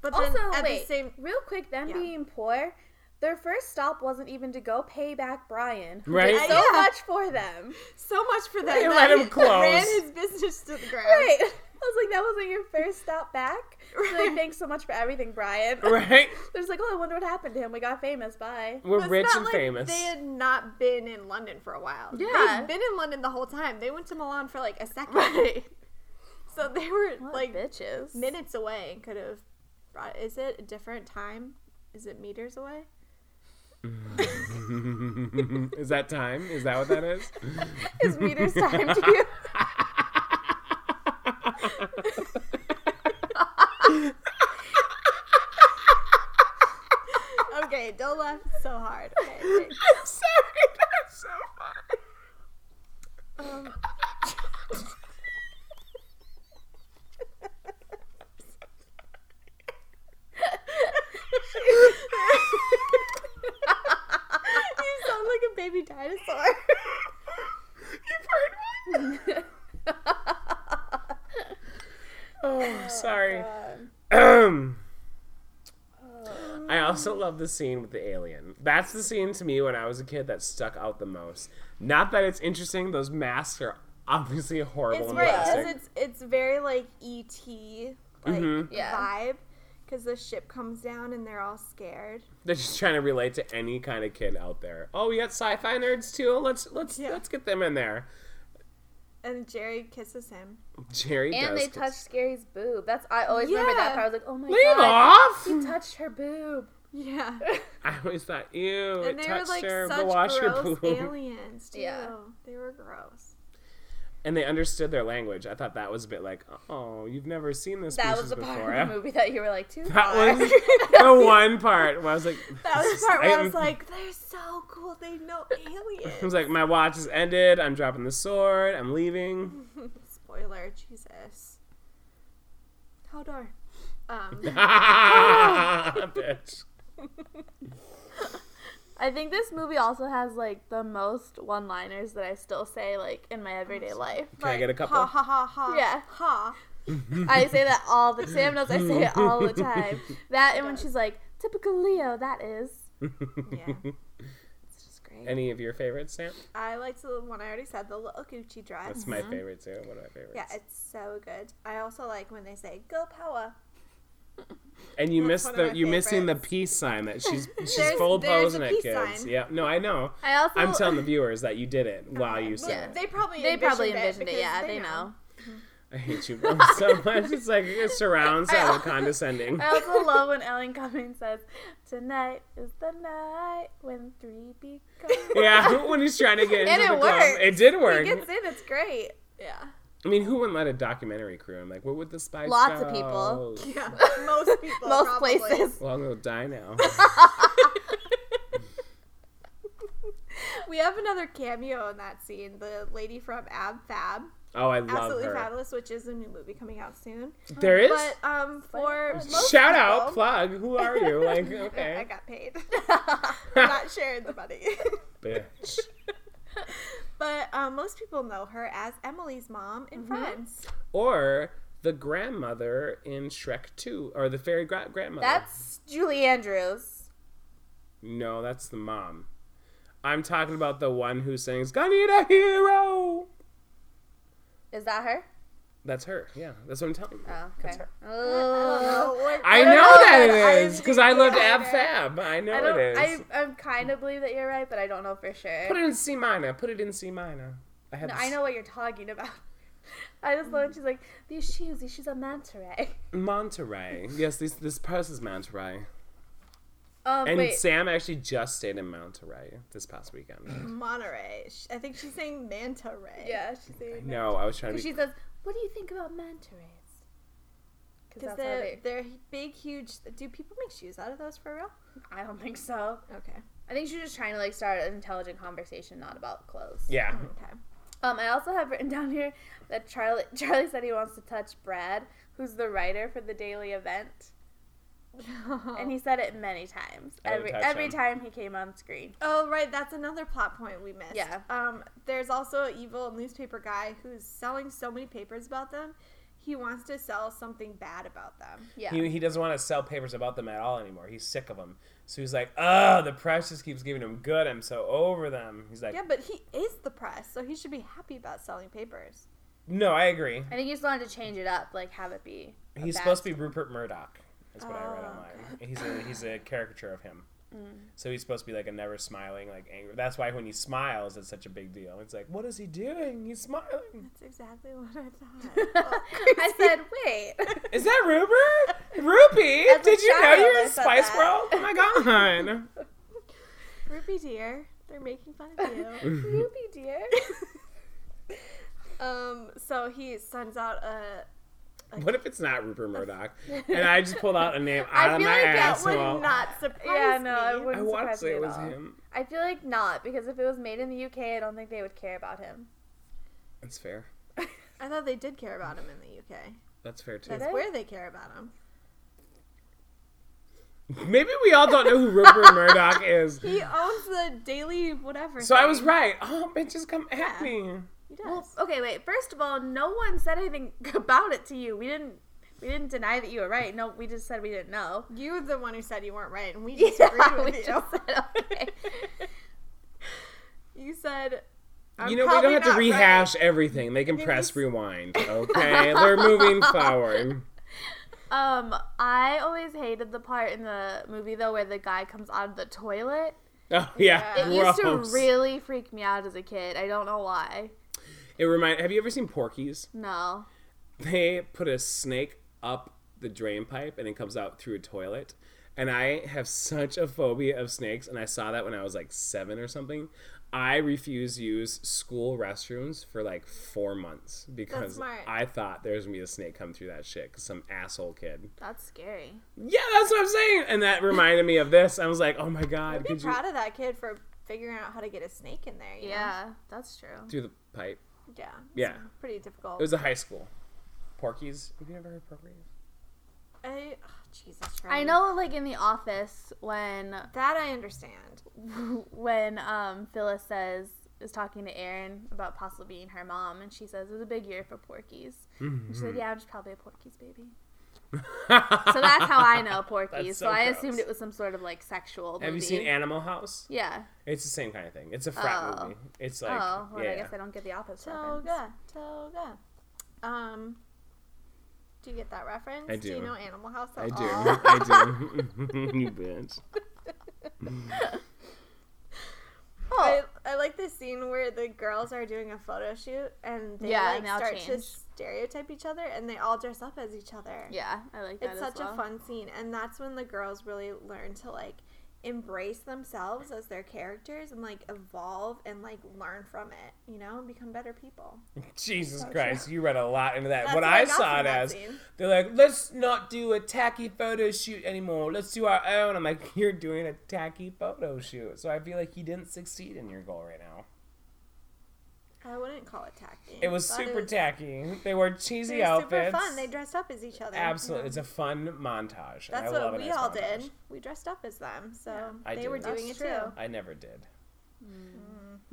Speaker 1: But then
Speaker 3: Also,
Speaker 1: at
Speaker 3: wait,
Speaker 1: the same
Speaker 3: real quick, them
Speaker 1: Yeah.
Speaker 3: being poor, their first stop wasn't even to go pay back Brian. who
Speaker 2: Right?
Speaker 3: did so
Speaker 1: Yeah.
Speaker 3: much for them.
Speaker 1: so much for that,
Speaker 2: They
Speaker 1: that
Speaker 2: let him
Speaker 1: he ran
Speaker 2: close.
Speaker 1: his business to the ground.
Speaker 3: Right.
Speaker 6: was like, that wasn't your first stop back. She's Like, thanks so much for everything, Brian.
Speaker 2: right?
Speaker 6: There's like, oh, I wonder what happened to him. We got famous. Bye.
Speaker 2: We're
Speaker 1: But it's
Speaker 2: rich
Speaker 1: not
Speaker 2: and
Speaker 1: like
Speaker 2: famous.
Speaker 1: They had not been in London for a while.
Speaker 3: Yeah.
Speaker 1: They've been in London the whole time. They went to Milan for like a second.
Speaker 3: Right.
Speaker 1: So they were
Speaker 6: Like
Speaker 1: like
Speaker 6: bitches.
Speaker 1: minutes away and could have brought is it a different time? Is it meters away?
Speaker 2: is that time? Is that what that is?
Speaker 6: Is meters time to you?
Speaker 1: Okay, don't laugh so hard. Okay.
Speaker 2: I'm sorry, that's so funny.
Speaker 1: you sound like a baby dinosaur.
Speaker 2: Oh, sorry. Um, I also love the scene with the alien. That's the scene to me when I was a kid that stuck out the most. Not that it's interesting; those masks are obviously horrible
Speaker 1: It's
Speaker 2: and
Speaker 1: right
Speaker 2: plastic.
Speaker 1: because it's it's very like ET like
Speaker 2: Mhm.
Speaker 3: Yeah.
Speaker 1: vibe because the ship comes down and they're all scared.
Speaker 2: They're just trying to relate to any kind of kid out there. Oh, we got sci-fi nerds too. Let's let's
Speaker 1: Yeah.
Speaker 2: let's get them in there.
Speaker 1: And Jerry kisses him.
Speaker 2: Jerry
Speaker 3: And
Speaker 2: does
Speaker 3: they
Speaker 2: get-
Speaker 3: touched Scary's boob. That's I always remember
Speaker 1: Yeah.
Speaker 3: that part. I was like, oh my
Speaker 2: Leave
Speaker 3: god,
Speaker 2: off!
Speaker 3: he touched her boob.
Speaker 1: Yeah.
Speaker 2: I always thought, ew,
Speaker 1: and
Speaker 2: it
Speaker 1: they were
Speaker 2: touched
Speaker 1: like
Speaker 2: her.
Speaker 1: such
Speaker 2: But wash your
Speaker 1: gross
Speaker 2: poop.
Speaker 1: aliens too.
Speaker 3: Yeah.
Speaker 1: They were gross.
Speaker 2: and they understood their language. I thought that was a bit like, oh, you've never seen this
Speaker 3: That
Speaker 2: species
Speaker 3: was the part
Speaker 2: before.
Speaker 3: of the movie that you were like, too
Speaker 2: That
Speaker 3: far.
Speaker 2: was the one part where I was like,
Speaker 1: That was the part where I was
Speaker 2: I'm-
Speaker 1: like, they're so cool. They know
Speaker 2: I was
Speaker 1: aliens.
Speaker 2: like, my watch is ended. I'm dropping the sword. I'm leaving.
Speaker 1: Spoiler, Jesus. Hodor. Um,
Speaker 2: Bitch.
Speaker 3: I think this movie also has like the most one-liners that I still say like in my everyday life.
Speaker 2: Can I
Speaker 1: like,
Speaker 2: get a couple?
Speaker 1: Ha ha ha ha.
Speaker 3: Yeah.
Speaker 1: Ha.
Speaker 3: I say that all the Sam knows I say it all the time. That and when she's like, typical Leo, that is.
Speaker 1: Yeah.
Speaker 3: It's just great.
Speaker 2: Any of your favorites, Sam?
Speaker 1: I liked the one I already said, the little Gucci dress.
Speaker 2: That's my favorite too. One of my
Speaker 1: Uh,
Speaker 2: favorites.
Speaker 1: yeah, it's so good. I also like when they say "Go Power."
Speaker 2: and you
Speaker 1: that's
Speaker 2: miss
Speaker 1: one of my
Speaker 2: the you missing the
Speaker 1: favorites.
Speaker 2: peace sign that she's she's
Speaker 1: There's-
Speaker 2: full
Speaker 1: there's a
Speaker 2: posing at
Speaker 1: peace
Speaker 2: kids.
Speaker 1: sign.
Speaker 2: Yeah. No, I know.
Speaker 3: I also
Speaker 2: I'm telling the viewers that you did it while you
Speaker 1: But
Speaker 2: said it.
Speaker 1: Um, They probably
Speaker 3: they probably envisioned it.
Speaker 1: because
Speaker 3: Yeah, they know.
Speaker 2: I hate you both so much. It's like it surrounds that with condescending.
Speaker 3: I also love when Ellen Cumming says, "Tonight is the night when three become."
Speaker 2: Yeah, when he's trying to get into
Speaker 1: And
Speaker 2: the
Speaker 1: it
Speaker 2: club.
Speaker 1: works.
Speaker 2: It did
Speaker 1: It
Speaker 2: work.
Speaker 1: gets in. It's great.
Speaker 3: yeah,
Speaker 2: I mean, who wouldn't let a documentary crew in? Like, what would the spice
Speaker 3: Lots of
Speaker 2: Girls-
Speaker 1: Yeah, most people.
Speaker 3: most
Speaker 1: probably.
Speaker 3: places.
Speaker 2: Well, I'm gonna die now.
Speaker 1: We have another cameo in that scene. The lady from Ab Fab,
Speaker 2: Oh, I love
Speaker 1: absolutely
Speaker 2: her.
Speaker 1: fabulous, which is a new movie coming out soon.
Speaker 2: There is
Speaker 1: But um, for most
Speaker 2: shout out
Speaker 1: people-
Speaker 2: plug. Who are you? Like,
Speaker 1: I
Speaker 2: okay,
Speaker 1: got paid. I'm not sharing the money.
Speaker 2: bitch.
Speaker 1: but um, most people know her as Emily's mom in Friends.
Speaker 2: Or the grandmother in Shrek Two, or the fairy gra- grandmother.
Speaker 3: That's Julie Andrews.
Speaker 2: no, that's the mom. I'm talking about the one who sings "I Need a Hero."
Speaker 3: Is that her?
Speaker 2: That's her. Yeah, that's what I'm telling you.
Speaker 3: Oh, okay.
Speaker 2: That's her.
Speaker 3: Oh.
Speaker 2: I know that it is because I loved Ab Fab. I know
Speaker 3: I don't.
Speaker 2: it is.
Speaker 3: I I kind of believe that you're right, but I don't know for sure.
Speaker 2: Put it in C minor. Put it in C minor. I had.
Speaker 3: No,
Speaker 2: this-
Speaker 3: I know what you're talking about. I just
Speaker 2: Mm.
Speaker 3: love when she's like, these shoes, these shoes are Monterey.
Speaker 2: Monterey. Yes, this this purse is Monterey.
Speaker 3: Um,
Speaker 2: And
Speaker 3: wait,
Speaker 2: Sam actually just stayed in Monterey this past weekend.
Speaker 1: Monterey. Sh- I think she's saying Manta Ray.
Speaker 3: yeah, she's saying
Speaker 2: no, I was trying to.
Speaker 3: Because
Speaker 2: Be,
Speaker 3: she says, "What do you think about Mantares?"
Speaker 1: Because
Speaker 3: Because
Speaker 1: they're, they're big, huge. Do people make shoes out of those for real?
Speaker 3: I don't think so.
Speaker 1: Okay.
Speaker 3: I think she was just trying to like start an intelligent conversation, not about clothes.
Speaker 2: yeah.
Speaker 1: Okay.
Speaker 3: Um, I also have written down here that Charlie Charlie said he wants to touch Brad, who's the writer for the Daily Event, and he said it many times.
Speaker 2: Oh. I would
Speaker 3: Every
Speaker 2: touch
Speaker 3: every
Speaker 2: him.
Speaker 3: time he came on screen.
Speaker 1: Oh right, that's another plot point we missed.
Speaker 3: Yeah.
Speaker 1: Um, there's also an evil newspaper guy who's selling so many papers about them. He wants to sell something bad about them.
Speaker 3: Yeah.
Speaker 2: He, he doesn't want to sell papers about them at all anymore. He's sick of them. So he's like, oh, the press just keeps giving him good. I'm so over them. He's like,
Speaker 1: Yeah, but he is the press, so he should be happy about selling papers.
Speaker 2: No, I agree.
Speaker 3: I think you just wanted to change it up, like have it be. a
Speaker 2: He's
Speaker 3: bad
Speaker 2: supposed to be Rupert Murdoch. That's what I read
Speaker 1: Oh,
Speaker 2: online. He's a he's a caricature of him.
Speaker 3: Mm.
Speaker 2: So he's supposed to be like a never smiling, like angry. That's why when he smiles, it's such a big deal. It's like, what is he doing? He's smiling.
Speaker 1: That's exactly what I thought.
Speaker 3: I said, wait.
Speaker 2: Is that Rupert? Rupee?
Speaker 3: As a
Speaker 2: Did you know
Speaker 3: child,
Speaker 2: you're
Speaker 3: I
Speaker 2: in
Speaker 3: said
Speaker 2: Spice
Speaker 3: that.
Speaker 2: World? Oh my god.
Speaker 1: Ruby dear, they're making fun of you.
Speaker 3: Ruby dear.
Speaker 1: Um, so he sends out a.
Speaker 2: what if it's not Rupert Murdoch? And I just pulled out a name out
Speaker 1: I
Speaker 2: of
Speaker 1: feel
Speaker 2: my
Speaker 1: like that
Speaker 2: ass.
Speaker 1: would
Speaker 2: well,
Speaker 1: not surprise
Speaker 3: Yeah, no, I
Speaker 1: me.
Speaker 2: I
Speaker 3: wouldn't
Speaker 2: want to
Speaker 3: surprise me
Speaker 2: say it
Speaker 3: at
Speaker 2: was
Speaker 3: all.
Speaker 2: him.
Speaker 3: I feel like not because if it was made in the UK, I don't think they would care about him.
Speaker 2: That's fair.
Speaker 1: I thought they did care about him in the UK.
Speaker 2: That's fair too.
Speaker 1: That's
Speaker 3: they?
Speaker 1: where they care about him.
Speaker 2: Maybe we all don't know who Rupert Murdoch is.
Speaker 1: He owns the daily whatever.
Speaker 2: So I
Speaker 1: thing.
Speaker 2: was right. Oh, bitches, come at
Speaker 1: Yeah.
Speaker 2: me.
Speaker 1: He does.
Speaker 3: Well, okay, wait. First of all, no one said anything about it to you. We didn't. We didn't deny that you were right. No, we just said we didn't know.
Speaker 1: you were the one who said you weren't right, and we disagreed
Speaker 3: Yeah, we
Speaker 1: with
Speaker 3: just
Speaker 1: you.
Speaker 3: said okay.
Speaker 1: You said. I'm
Speaker 2: you know, we don't
Speaker 1: probably
Speaker 2: have to
Speaker 1: not
Speaker 2: rehash everything. They can press rewind. Okay, they're moving forward.
Speaker 3: Um, I always hated the part in the movie though where the guy comes out of the toilet.
Speaker 2: Oh yeah,
Speaker 3: It used
Speaker 2: gross.
Speaker 3: to really freak me out as a kid. I don't know why.
Speaker 2: It remind. Have you ever seen Porky's?
Speaker 3: No.
Speaker 2: They put a snake up the drain pipe and it comes out through a toilet. And I have such a phobia of snakes, and I saw that when I was like seven or something. I refused to use school restrooms for like four months because
Speaker 1: smart.
Speaker 2: I thought there was gonna be a snake come through that shit because some asshole kid.
Speaker 3: That's scary.
Speaker 2: Yeah, that's what I'm saying. And that reminded me of this. I was like, oh my god,
Speaker 1: Right. I'd
Speaker 2: could
Speaker 1: be
Speaker 2: you
Speaker 1: proud of that kid for figuring out how to get a snake in there. you know?
Speaker 3: Yeah, that's true.
Speaker 2: do the pipe?
Speaker 1: Yeah. it's
Speaker 2: Yeah.
Speaker 1: Pretty difficult.
Speaker 2: It was a high school. Porky's. Have you ever heard Porky's?
Speaker 1: I, oh, Jesus Christ.
Speaker 3: I know like in the office when
Speaker 1: That I understand.
Speaker 3: when um Phyllis says is talking to Erin about possibly being her mom and she says it was a big year for Porkies. And
Speaker 2: Mm-hmm.
Speaker 3: she's
Speaker 2: Hmm.
Speaker 3: like, Yeah, I'm just probably a Porky's baby. So that's how I know Porky's. so,
Speaker 2: so
Speaker 3: I
Speaker 2: gross.
Speaker 3: assumed it was some sort of like sexual movie.
Speaker 2: Have you seen Animal House?
Speaker 3: Yeah.
Speaker 2: It's the same kind of thing. It's a frat
Speaker 3: Oh.
Speaker 2: movie. It's like
Speaker 3: oh, well
Speaker 2: yeah.
Speaker 3: I guess I don't get the office reference.
Speaker 1: Toga. Toga. Um, do you get that reference?
Speaker 2: I
Speaker 1: you
Speaker 2: do.
Speaker 1: know Animal House? at
Speaker 2: I do.
Speaker 1: all?
Speaker 2: I do. you bitch.
Speaker 3: Oh.
Speaker 1: I, I like the scene where the girls are doing a photo shoot and they
Speaker 3: Yeah,
Speaker 1: like
Speaker 3: and they all
Speaker 1: start to
Speaker 3: change.
Speaker 1: stereotype each other and they all dress up as each other.
Speaker 3: Yeah, I like that.
Speaker 1: it's
Speaker 3: as
Speaker 1: such
Speaker 3: well.
Speaker 1: a fun scene, and that's when the girls really learn to like embrace themselves as their characters and like evolve and like learn from it, you know, and become better people.
Speaker 2: Jesus Christ, you read a lot into that.
Speaker 1: That's
Speaker 2: what
Speaker 1: what
Speaker 2: I,
Speaker 1: I got
Speaker 2: saw
Speaker 1: from
Speaker 2: it
Speaker 1: that
Speaker 2: as,
Speaker 1: scene.
Speaker 2: they're like, let's not do a tacky photo shoot anymore. Let's do our own. I'm like, you're doing a tacky photo shoot. So I feel like you didn't succeed in your goal right now.
Speaker 1: I wouldn't call it tacky.
Speaker 2: It was
Speaker 1: but
Speaker 2: super
Speaker 1: was-
Speaker 2: tacky. They wore cheesy
Speaker 1: It was
Speaker 2: outfits.
Speaker 1: super fun. They dressed up as each other. you
Speaker 2: Absolutely,
Speaker 1: know?
Speaker 2: it's a fun montage. and
Speaker 1: That's
Speaker 2: I love a
Speaker 1: what we
Speaker 2: nice
Speaker 1: all
Speaker 2: montage.
Speaker 1: did. We dressed up as them, so
Speaker 2: I
Speaker 1: they
Speaker 2: did.
Speaker 1: were doing
Speaker 2: That's
Speaker 1: it
Speaker 3: true.
Speaker 1: too.
Speaker 2: I never did.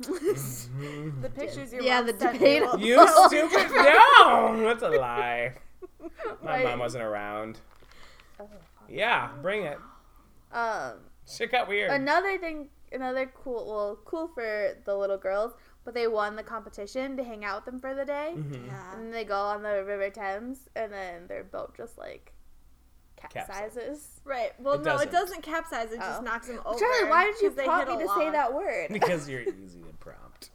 Speaker 1: The pictures your
Speaker 3: Yeah,
Speaker 1: mom
Speaker 3: the
Speaker 1: sent
Speaker 3: debate.
Speaker 1: you-
Speaker 2: You stupid! No, that's a lie. My mom wasn't around.
Speaker 1: Oh,
Speaker 2: Yeah, bring it.
Speaker 3: Um
Speaker 2: Shit got weird.
Speaker 3: another thing another cool well, cool for the little girls, but they won the competition to hang out with them for the day.
Speaker 2: Mm-hmm.
Speaker 1: Yeah.
Speaker 3: And then they go on the River Thames, and then their boat just like capsizes.
Speaker 1: Right. Well,
Speaker 2: It
Speaker 1: no,
Speaker 2: doesn't.
Speaker 1: it doesn't capsize. It
Speaker 3: Oh.
Speaker 1: just knocks them over.
Speaker 3: Charlie, why did you
Speaker 1: 'cause they
Speaker 3: prompt
Speaker 1: hit
Speaker 3: me
Speaker 1: a
Speaker 3: to say
Speaker 1: log.
Speaker 3: that word?
Speaker 2: because you're easy to prompt.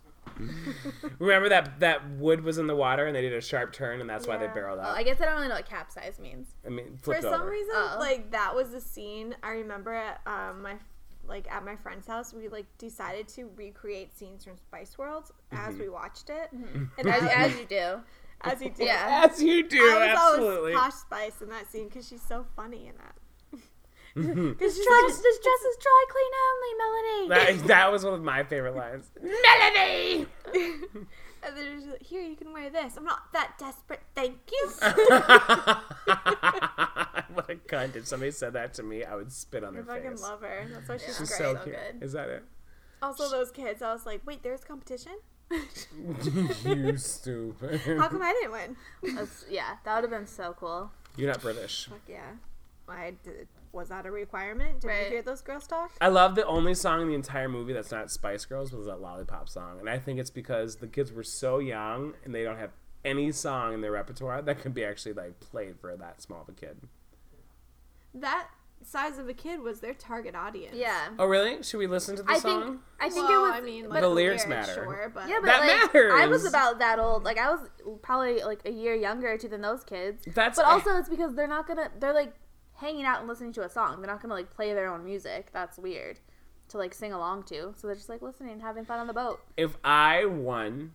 Speaker 2: Remember that that wood was in the water and they did a sharp turn and that's why they
Speaker 1: Yeah. Oh,
Speaker 2: barreled
Speaker 3: Well,
Speaker 2: out.
Speaker 3: Oh, I guess I don't really know what capsize means.
Speaker 2: I mean,
Speaker 1: For
Speaker 2: flipped
Speaker 1: some
Speaker 2: over.
Speaker 1: reason,
Speaker 3: Oh.
Speaker 1: like that was a scene I remember at um, my like at my friend's house. We like decided to recreate scenes from Spice World
Speaker 2: Mm-hmm.
Speaker 1: as we watched it, and
Speaker 3: As,
Speaker 1: as,
Speaker 3: as you do.
Speaker 1: as you did.
Speaker 3: Mm-hmm. Yeah.
Speaker 2: As you do,
Speaker 1: I was
Speaker 2: absolutely.
Speaker 1: always Posh Spice in that scene because she's so funny in that.
Speaker 3: This, dry, this dress is dry clean only, Melanie.
Speaker 2: that, that was one of my favorite lines.
Speaker 3: Melanie!
Speaker 1: And then she's like, "Here, you can wear this. I'm not that desperate. Thank you."
Speaker 2: what a cunt! If somebody said that to me, I would spit on
Speaker 1: I
Speaker 2: their
Speaker 1: fucking
Speaker 2: face.
Speaker 1: love her. That's why she's
Speaker 2: She's
Speaker 1: great.
Speaker 2: so
Speaker 3: so
Speaker 2: cute.
Speaker 3: good.
Speaker 2: Is that it?
Speaker 1: also, those kids. I was like, "Wait, there's competition?
Speaker 2: you stupid.
Speaker 1: How come I didn't win?"
Speaker 3: That's- yeah, that would have been so cool.
Speaker 2: You're not British.
Speaker 1: Fuck yeah. I did, was that a requirement? Did
Speaker 3: Right.
Speaker 1: you hear those girls talk?
Speaker 2: I love the only song in the entire movie that's not Spice Girls was that Lollipop song, and I think it's because the kids were so young and they don't have any song in their repertoire that could be actually like played for that small of a kid.
Speaker 1: That size of a kid was their target audience.
Speaker 3: Yeah.
Speaker 2: Oh, really? Should we listen to the
Speaker 3: I
Speaker 2: song?
Speaker 3: think I think
Speaker 1: Well,
Speaker 3: it was
Speaker 1: I mean,
Speaker 3: but-
Speaker 2: the lyrics matter.
Speaker 1: Sure, but
Speaker 3: yeah, but
Speaker 2: That
Speaker 3: like, I was
Speaker 2: matters.
Speaker 3: about that old. Like I was probably like a year younger or two than those kids.
Speaker 2: That's
Speaker 3: But also it's because they're not gonna they're like hanging out and listening to a song. They're not gonna like play their own music. That's weird to like sing along to. So they're just like listening and having fun on the boat.
Speaker 2: if I won.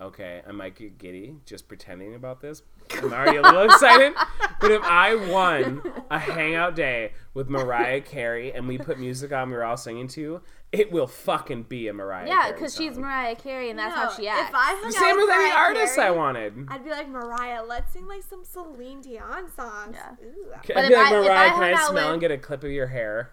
Speaker 2: Okay, I might get giddy just pretending about this. I'm already a little excited. But if I won a hangout day with Mariah Carey and we put music on we were all singing to, it will fucking be a Mariah
Speaker 3: Yeah,
Speaker 2: Carey.
Speaker 3: because she's
Speaker 2: song.
Speaker 3: Mariah Carey and that's
Speaker 1: No,
Speaker 3: how she acts.
Speaker 1: If I hung out
Speaker 2: Same
Speaker 1: with
Speaker 2: with any
Speaker 1: Mariah
Speaker 2: artist
Speaker 1: Carey,
Speaker 2: I wanted.
Speaker 1: I'd be like Mariah. Let's sing like some Celine Dion songs.
Speaker 3: Yeah.
Speaker 1: Ooh, that-
Speaker 2: I'd
Speaker 3: if
Speaker 2: be like,
Speaker 3: I- if I
Speaker 2: Mariah,
Speaker 3: hung
Speaker 2: can I
Speaker 3: out
Speaker 2: smell
Speaker 3: with-
Speaker 2: and get a clip of your hair?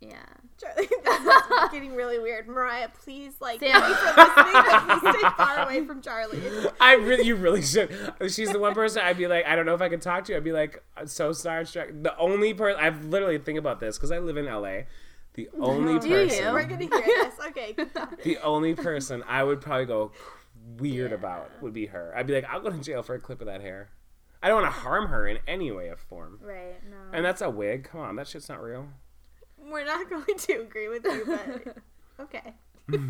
Speaker 3: yeah.
Speaker 1: Charlie, this is getting really weird. Mariah, please, like,
Speaker 3: Sam.
Speaker 1: thank you for listening, but please stay far away from Charlie.
Speaker 2: I really, you really should. She's the one person I'd be like, I don't know if I could talk to. you. I'd be like, I'm so starstruck. The only person I've literally think about this because I live in LA. The only
Speaker 3: Do you?
Speaker 1: We're
Speaker 2: person,
Speaker 1: gonna hear this. Okay, keep talking.
Speaker 2: the only person I would probably go weird about would be her. I'd be like, I'll go to jail for a clip of that hair. I don't want to harm her in any way or form.
Speaker 3: Right. No.
Speaker 2: And that's a wig. Come on, that shit's not real.
Speaker 1: we're not going to agree with you, but okay.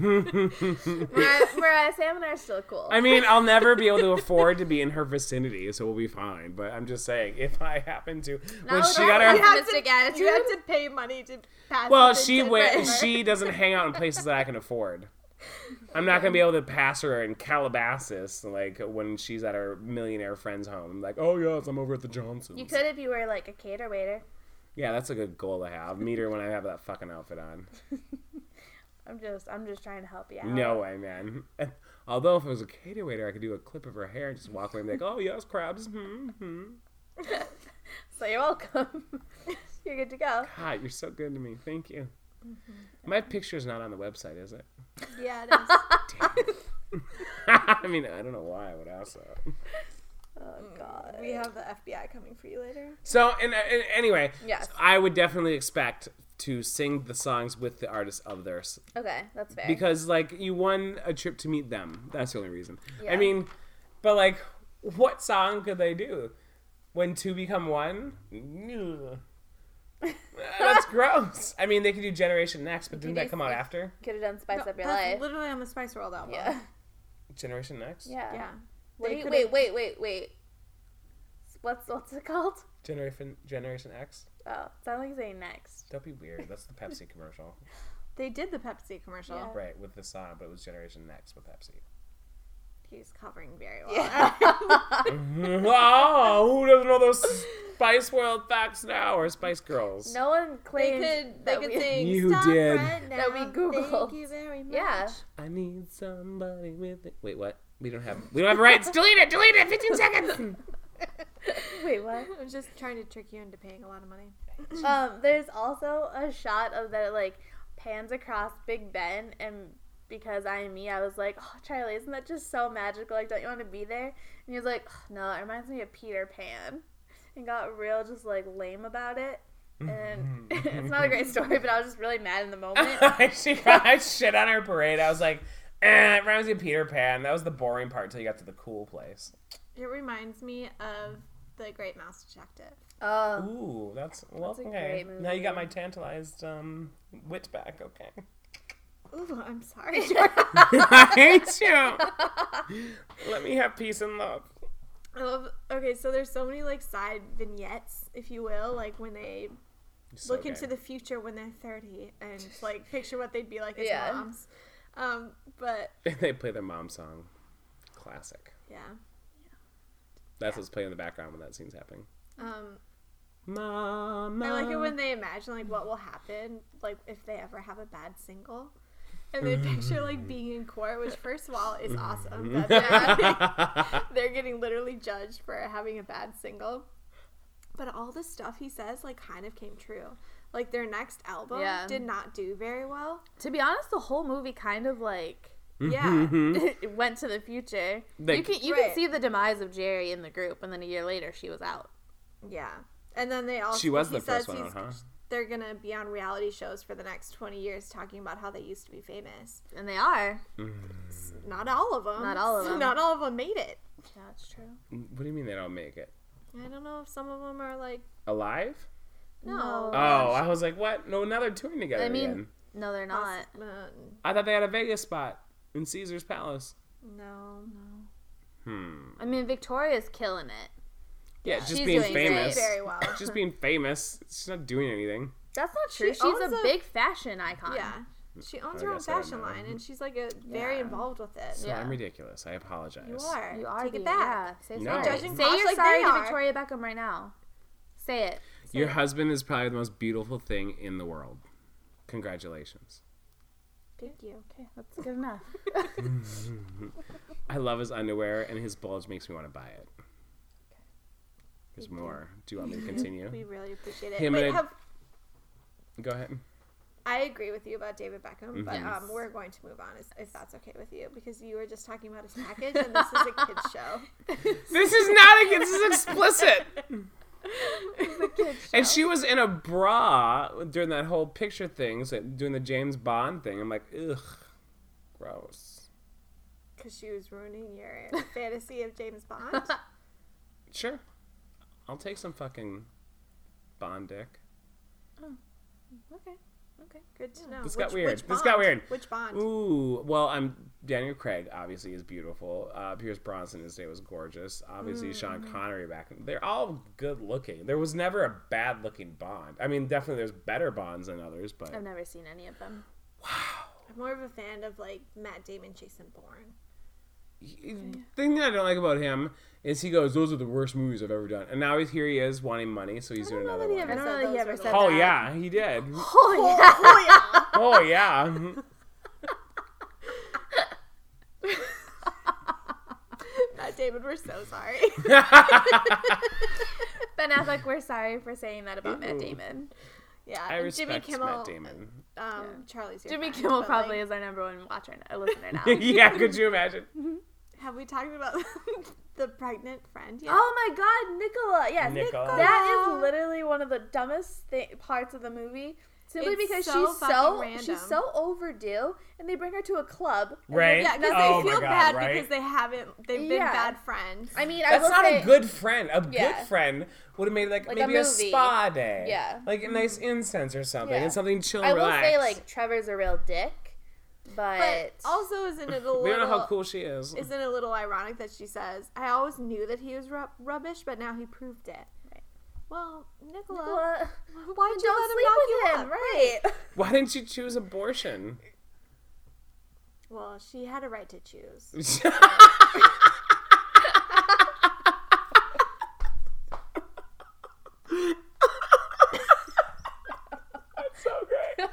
Speaker 3: Mariah, Mariah Sam and I are still cool.
Speaker 2: I mean, I'll never be able to afford to be in her vicinity, so we'll be fine. But I'm just saying, if I happen to, when
Speaker 3: with
Speaker 2: she
Speaker 3: that
Speaker 2: got
Speaker 3: one.
Speaker 2: her
Speaker 1: You have,
Speaker 3: Optimistic
Speaker 1: to,
Speaker 3: attitude?
Speaker 1: you have to pay money to pass.
Speaker 2: Well,
Speaker 1: the
Speaker 2: she
Speaker 1: tip
Speaker 2: wa-
Speaker 1: over.
Speaker 2: she doesn't hang out in places that I can afford. I'm not gonna be able to pass her in Calabasas, like when she's at her millionaire friend's home. I'm like, oh yes, I'm over at the Johnsons.
Speaker 3: you could if you were like a cater waiter.
Speaker 2: Yeah, that's a good goal to have. Meet her when I have that fucking outfit on.
Speaker 3: I'm just I'm just trying to help you out.
Speaker 2: No way, man. Although if it was a cater waiter, I could do a clip of her hair and just walk away and be like, oh yes, crabs. Hmm, hmm.
Speaker 3: So you're welcome. you're good to go.
Speaker 2: God, you're so good to me. Thank you.
Speaker 3: Mm-hmm.
Speaker 2: My picture's not on the website, is it?
Speaker 1: Yeah, it is.
Speaker 2: I mean, I don't know why I would ask that.
Speaker 3: Oh god.
Speaker 1: we have the FBI coming for you later.
Speaker 2: So, and, uh, and anyway,
Speaker 3: Yes.
Speaker 2: I would definitely expect to sing the songs with the artists of theirs
Speaker 3: Okay, that's fair.
Speaker 2: because, like, you won a trip to meet them. That's the only reason. I
Speaker 3: Yeah.
Speaker 2: mean, but like, what song could they do? When two become one? Ugh. That's gross. I mean, they could do Generation Next, but didn't
Speaker 3: do
Speaker 2: that come out
Speaker 3: Spice-
Speaker 2: after
Speaker 3: Could have done Spice
Speaker 1: No,
Speaker 3: Up Your
Speaker 1: that's
Speaker 3: Life.
Speaker 1: literally on the Spice World album.
Speaker 3: Yeah.
Speaker 2: Generation Next?
Speaker 3: Yeah.
Speaker 1: yeah.
Speaker 3: What
Speaker 1: They
Speaker 3: do you,
Speaker 1: could've-
Speaker 3: wait, wait, wait, wait. What's what's it called?
Speaker 2: Generation Generation X.
Speaker 3: Oh, sounds like you're saying next.
Speaker 2: Don't be weird. That's the Pepsi commercial,
Speaker 1: They did the Pepsi commercial.
Speaker 3: Yeah.
Speaker 2: right? With the song, but it was Generation Next with Pepsi.
Speaker 1: He's covering very well.
Speaker 2: wow, Ah, who doesn't know those Spice World facts now or Spice Girls?
Speaker 3: No one
Speaker 1: They
Speaker 3: claimed
Speaker 1: could they
Speaker 3: that
Speaker 1: could
Speaker 3: we-
Speaker 1: sing
Speaker 2: You
Speaker 1: "Stop
Speaker 2: did.
Speaker 1: Right now.
Speaker 3: That we Googled.
Speaker 1: Thank you very much.
Speaker 3: Yeah.
Speaker 2: I need somebody with it. Wait, what? We don't have we don't have rights. delete it, delete it, fifteen seconds.
Speaker 3: Wait, what?
Speaker 1: I'm just trying to trick you into paying a lot of money.
Speaker 3: um, there's also a shot of that it, like pans across Big Ben, and because I am me, I was like, oh Charlie, isn't that just so magical? Like, don't you want to be there? And he was like, "Ugh, no, it reminds me of Peter Pan, and got real just like lame about it.
Speaker 1: Mm-hmm.
Speaker 3: And it's not a great story, but I was just really mad in the moment.
Speaker 2: she got shit on her parade. I was like, eh, it reminds me of Peter Pan. That was the boring part until you got to the cool place.
Speaker 1: It reminds me of the Great Mouse Detective.
Speaker 3: Oh,
Speaker 2: Ooh, that's well
Speaker 3: That's a
Speaker 2: okay.
Speaker 3: great
Speaker 2: Now you got my
Speaker 3: movie.
Speaker 2: tantalized um wit back, okay.
Speaker 1: Ooh, I'm sorry.
Speaker 2: I hate you. Let me have peace and love.
Speaker 1: I love. Okay, so there's so many like side vignettes, if you will, like when they
Speaker 2: It's
Speaker 1: look
Speaker 2: okay.
Speaker 1: into the future when they're 30 and like picture what they'd be like as
Speaker 3: Yeah.
Speaker 1: moms. Um, but
Speaker 2: they play their mom song. Classic.
Speaker 1: yeah.
Speaker 2: That's what's playing in the background when that scene's happening.
Speaker 1: Um,
Speaker 2: Mama.
Speaker 1: I like it when they imagine like what will happen, like if they ever have a bad single. And they picture
Speaker 2: Mm.
Speaker 1: like being in court, which first of all is
Speaker 2: Mm-hmm.
Speaker 1: awesome. That they're, having- they're getting literally judged for having a bad single. But all the stuff he says like kind of came true. Like their next album
Speaker 3: Yeah.
Speaker 1: did not do very well.
Speaker 3: to be honest, the whole movie kind of like
Speaker 1: Yeah.
Speaker 2: mm-hmm.
Speaker 3: it went to the future.
Speaker 2: They-
Speaker 3: you can you
Speaker 1: Right.
Speaker 3: can see the demise of Jerry in the group, and then a year later she was out.
Speaker 1: Yeah. And then they also
Speaker 2: she was
Speaker 1: he
Speaker 2: the first
Speaker 1: says
Speaker 2: one,
Speaker 1: he's-
Speaker 2: huh?
Speaker 1: they're gonna be on reality shows for the next 20 years talking about how they used to be famous
Speaker 3: And they are.
Speaker 2: Mm.
Speaker 1: not all of them
Speaker 3: Not all of 'em.
Speaker 1: not all of them made it
Speaker 3: Yeah, it's true.
Speaker 2: What do you mean they don't make it?
Speaker 1: i don't know if some of them are like
Speaker 2: Alive?
Speaker 1: no,
Speaker 2: Oh, I was like, what? No, now they're touring together
Speaker 3: I mean-
Speaker 2: again.
Speaker 3: No, they're not.
Speaker 1: us- uh,
Speaker 2: I thought they had a Vegas spot in Caesar's Palace.
Speaker 1: no
Speaker 2: Hmm.
Speaker 3: I mean, Victoria's killing it.
Speaker 2: Yeah, just
Speaker 3: She's
Speaker 2: being
Speaker 3: doing great.
Speaker 2: famous.
Speaker 1: very well
Speaker 2: Just being famous. She's not doing anything.
Speaker 3: That's not true.
Speaker 1: She
Speaker 3: She's a
Speaker 1: owns a-
Speaker 3: big fashion icon.
Speaker 1: yeah she owns
Speaker 2: I
Speaker 1: her own
Speaker 2: guess I don't
Speaker 1: fashion
Speaker 2: know.
Speaker 1: line and she's like a, very
Speaker 3: Yeah.
Speaker 1: involved with it
Speaker 2: So
Speaker 3: Yeah.
Speaker 2: I'm ridiculous. I apologize.
Speaker 1: you are
Speaker 3: You are.
Speaker 1: take
Speaker 3: dude.
Speaker 1: it back
Speaker 3: Yeah. Say
Speaker 2: No.
Speaker 3: sorry.
Speaker 2: Judging
Speaker 3: Say
Speaker 1: Posh
Speaker 3: you're
Speaker 1: like
Speaker 3: sorry
Speaker 1: they
Speaker 3: to
Speaker 1: are.
Speaker 3: Victoria Beckham right now. Say it.
Speaker 2: Your husband is probably the most beautiful thing in the world. Congratulations.
Speaker 1: thank you
Speaker 3: Okay, that's good enough.
Speaker 2: I love his underwear, and his bulge makes me want to buy it. There's more. Do you want me to continue?
Speaker 1: we really appreciate it
Speaker 2: Him
Speaker 1: Wait,
Speaker 2: and a-
Speaker 1: have,
Speaker 2: Go ahead.
Speaker 1: I agree with you about David Beckham, but
Speaker 2: Mhm.
Speaker 1: um, we're going to move on if- if that's okay with you because you were just talking about his package and this is a kids show.
Speaker 2: This is not a, this is explicit. and she was in a bra during that whole picture thing, so doing the James Bond thing. I'm like, ugh, gross.
Speaker 1: Because she was ruining your fantasy of James Bond.
Speaker 2: Sure, I'll take some fucking Bond dick.
Speaker 3: okay. Okay.
Speaker 1: Good to know.
Speaker 2: This got weird. This got
Speaker 1: Bond?
Speaker 2: weird.
Speaker 1: Which Bond?
Speaker 2: Ooh, well, I'm Daniel Craig. Obviously, is beautiful. Uh, Pierce Bronson in his day was gorgeous. Obviously, Sean
Speaker 1: Mm.
Speaker 2: Connery back. They're all good looking. There was never a bad looking Bond. I mean, definitely there's better Bonds than others, but
Speaker 1: Um,
Speaker 3: I've never seen any of them.
Speaker 1: I'm more of a fan of like Matt Damon, Jason Bourne.
Speaker 2: he- thing that I don't like about him is he goes, "Those are the worst movies I've ever done," and now he's here. He is wanting money, so he's doing
Speaker 1: know
Speaker 2: another
Speaker 1: that he
Speaker 2: one.
Speaker 1: ever-
Speaker 3: I don't know
Speaker 1: said
Speaker 3: that he
Speaker 1: those
Speaker 3: ever
Speaker 1: were
Speaker 3: said
Speaker 2: Oh
Speaker 3: that.
Speaker 2: yeah, he did.
Speaker 3: Oh yeah.
Speaker 1: Oh
Speaker 2: Oh yeah.
Speaker 1: yeah, Matt Damon, Uh, we're so sorry.
Speaker 3: Ben Affleck, we're sorry for saying that about Matt
Speaker 2: Ew.
Speaker 3: Damon.
Speaker 1: Yeah,
Speaker 2: I
Speaker 1: and
Speaker 2: respect
Speaker 1: Jimmy Kimmel.
Speaker 2: Matt Damon.
Speaker 1: Um, Charlie's your
Speaker 3: Jimmy
Speaker 1: friend,
Speaker 3: Kimmel
Speaker 1: but,
Speaker 3: probably
Speaker 1: like,
Speaker 3: is our number one watcher, uh, listener now.
Speaker 2: yeah, could you imagine?
Speaker 1: have we talked about the pregnant friend yet?
Speaker 3: oh my God, Nicola! Yes,
Speaker 2: Nicola.
Speaker 3: that is literally one of the dumbest thi- parts of the movie. Simply
Speaker 1: It's
Speaker 3: because
Speaker 1: so
Speaker 3: she's
Speaker 1: fucking
Speaker 3: so
Speaker 1: random.
Speaker 3: she's so overdue, and they bring her to a club. and
Speaker 2: Right?
Speaker 3: they-
Speaker 1: Yeah, because
Speaker 2: Oh
Speaker 1: they
Speaker 2: my
Speaker 1: feel
Speaker 2: God,
Speaker 1: bad
Speaker 2: right?
Speaker 1: because they haven't. They've been
Speaker 3: Yeah.
Speaker 1: bad friends.
Speaker 3: I mean, I
Speaker 2: That's
Speaker 3: will
Speaker 2: not
Speaker 3: say,
Speaker 2: a good friend. A
Speaker 3: Yeah.
Speaker 2: good friend would have made like,
Speaker 3: Like a
Speaker 2: maybe a,
Speaker 3: movie.
Speaker 2: spa day.
Speaker 3: Yeah. Mm-hmm.
Speaker 2: Like a nice incense or something.
Speaker 3: Yeah.
Speaker 2: And something chill and
Speaker 3: I will
Speaker 2: relaxed.
Speaker 3: say like Trevor's a real dick,
Speaker 1: but
Speaker 3: but,
Speaker 1: also, isn't it a
Speaker 2: we don't know how
Speaker 1: little?
Speaker 2: cool she is.
Speaker 1: Isn't it a little ironic that she says, "I always knew that he was rub- rubbish, but now he proved it."
Speaker 3: Right.
Speaker 1: Well, Nicola,
Speaker 3: Nicola,
Speaker 1: why'd you
Speaker 3: don't
Speaker 1: let him
Speaker 3: sleep
Speaker 1: knock
Speaker 3: with
Speaker 1: you
Speaker 3: him,
Speaker 1: up?
Speaker 3: right?
Speaker 2: Why didn't you choose abortion?
Speaker 1: Well, she had a right to choose.
Speaker 2: so great.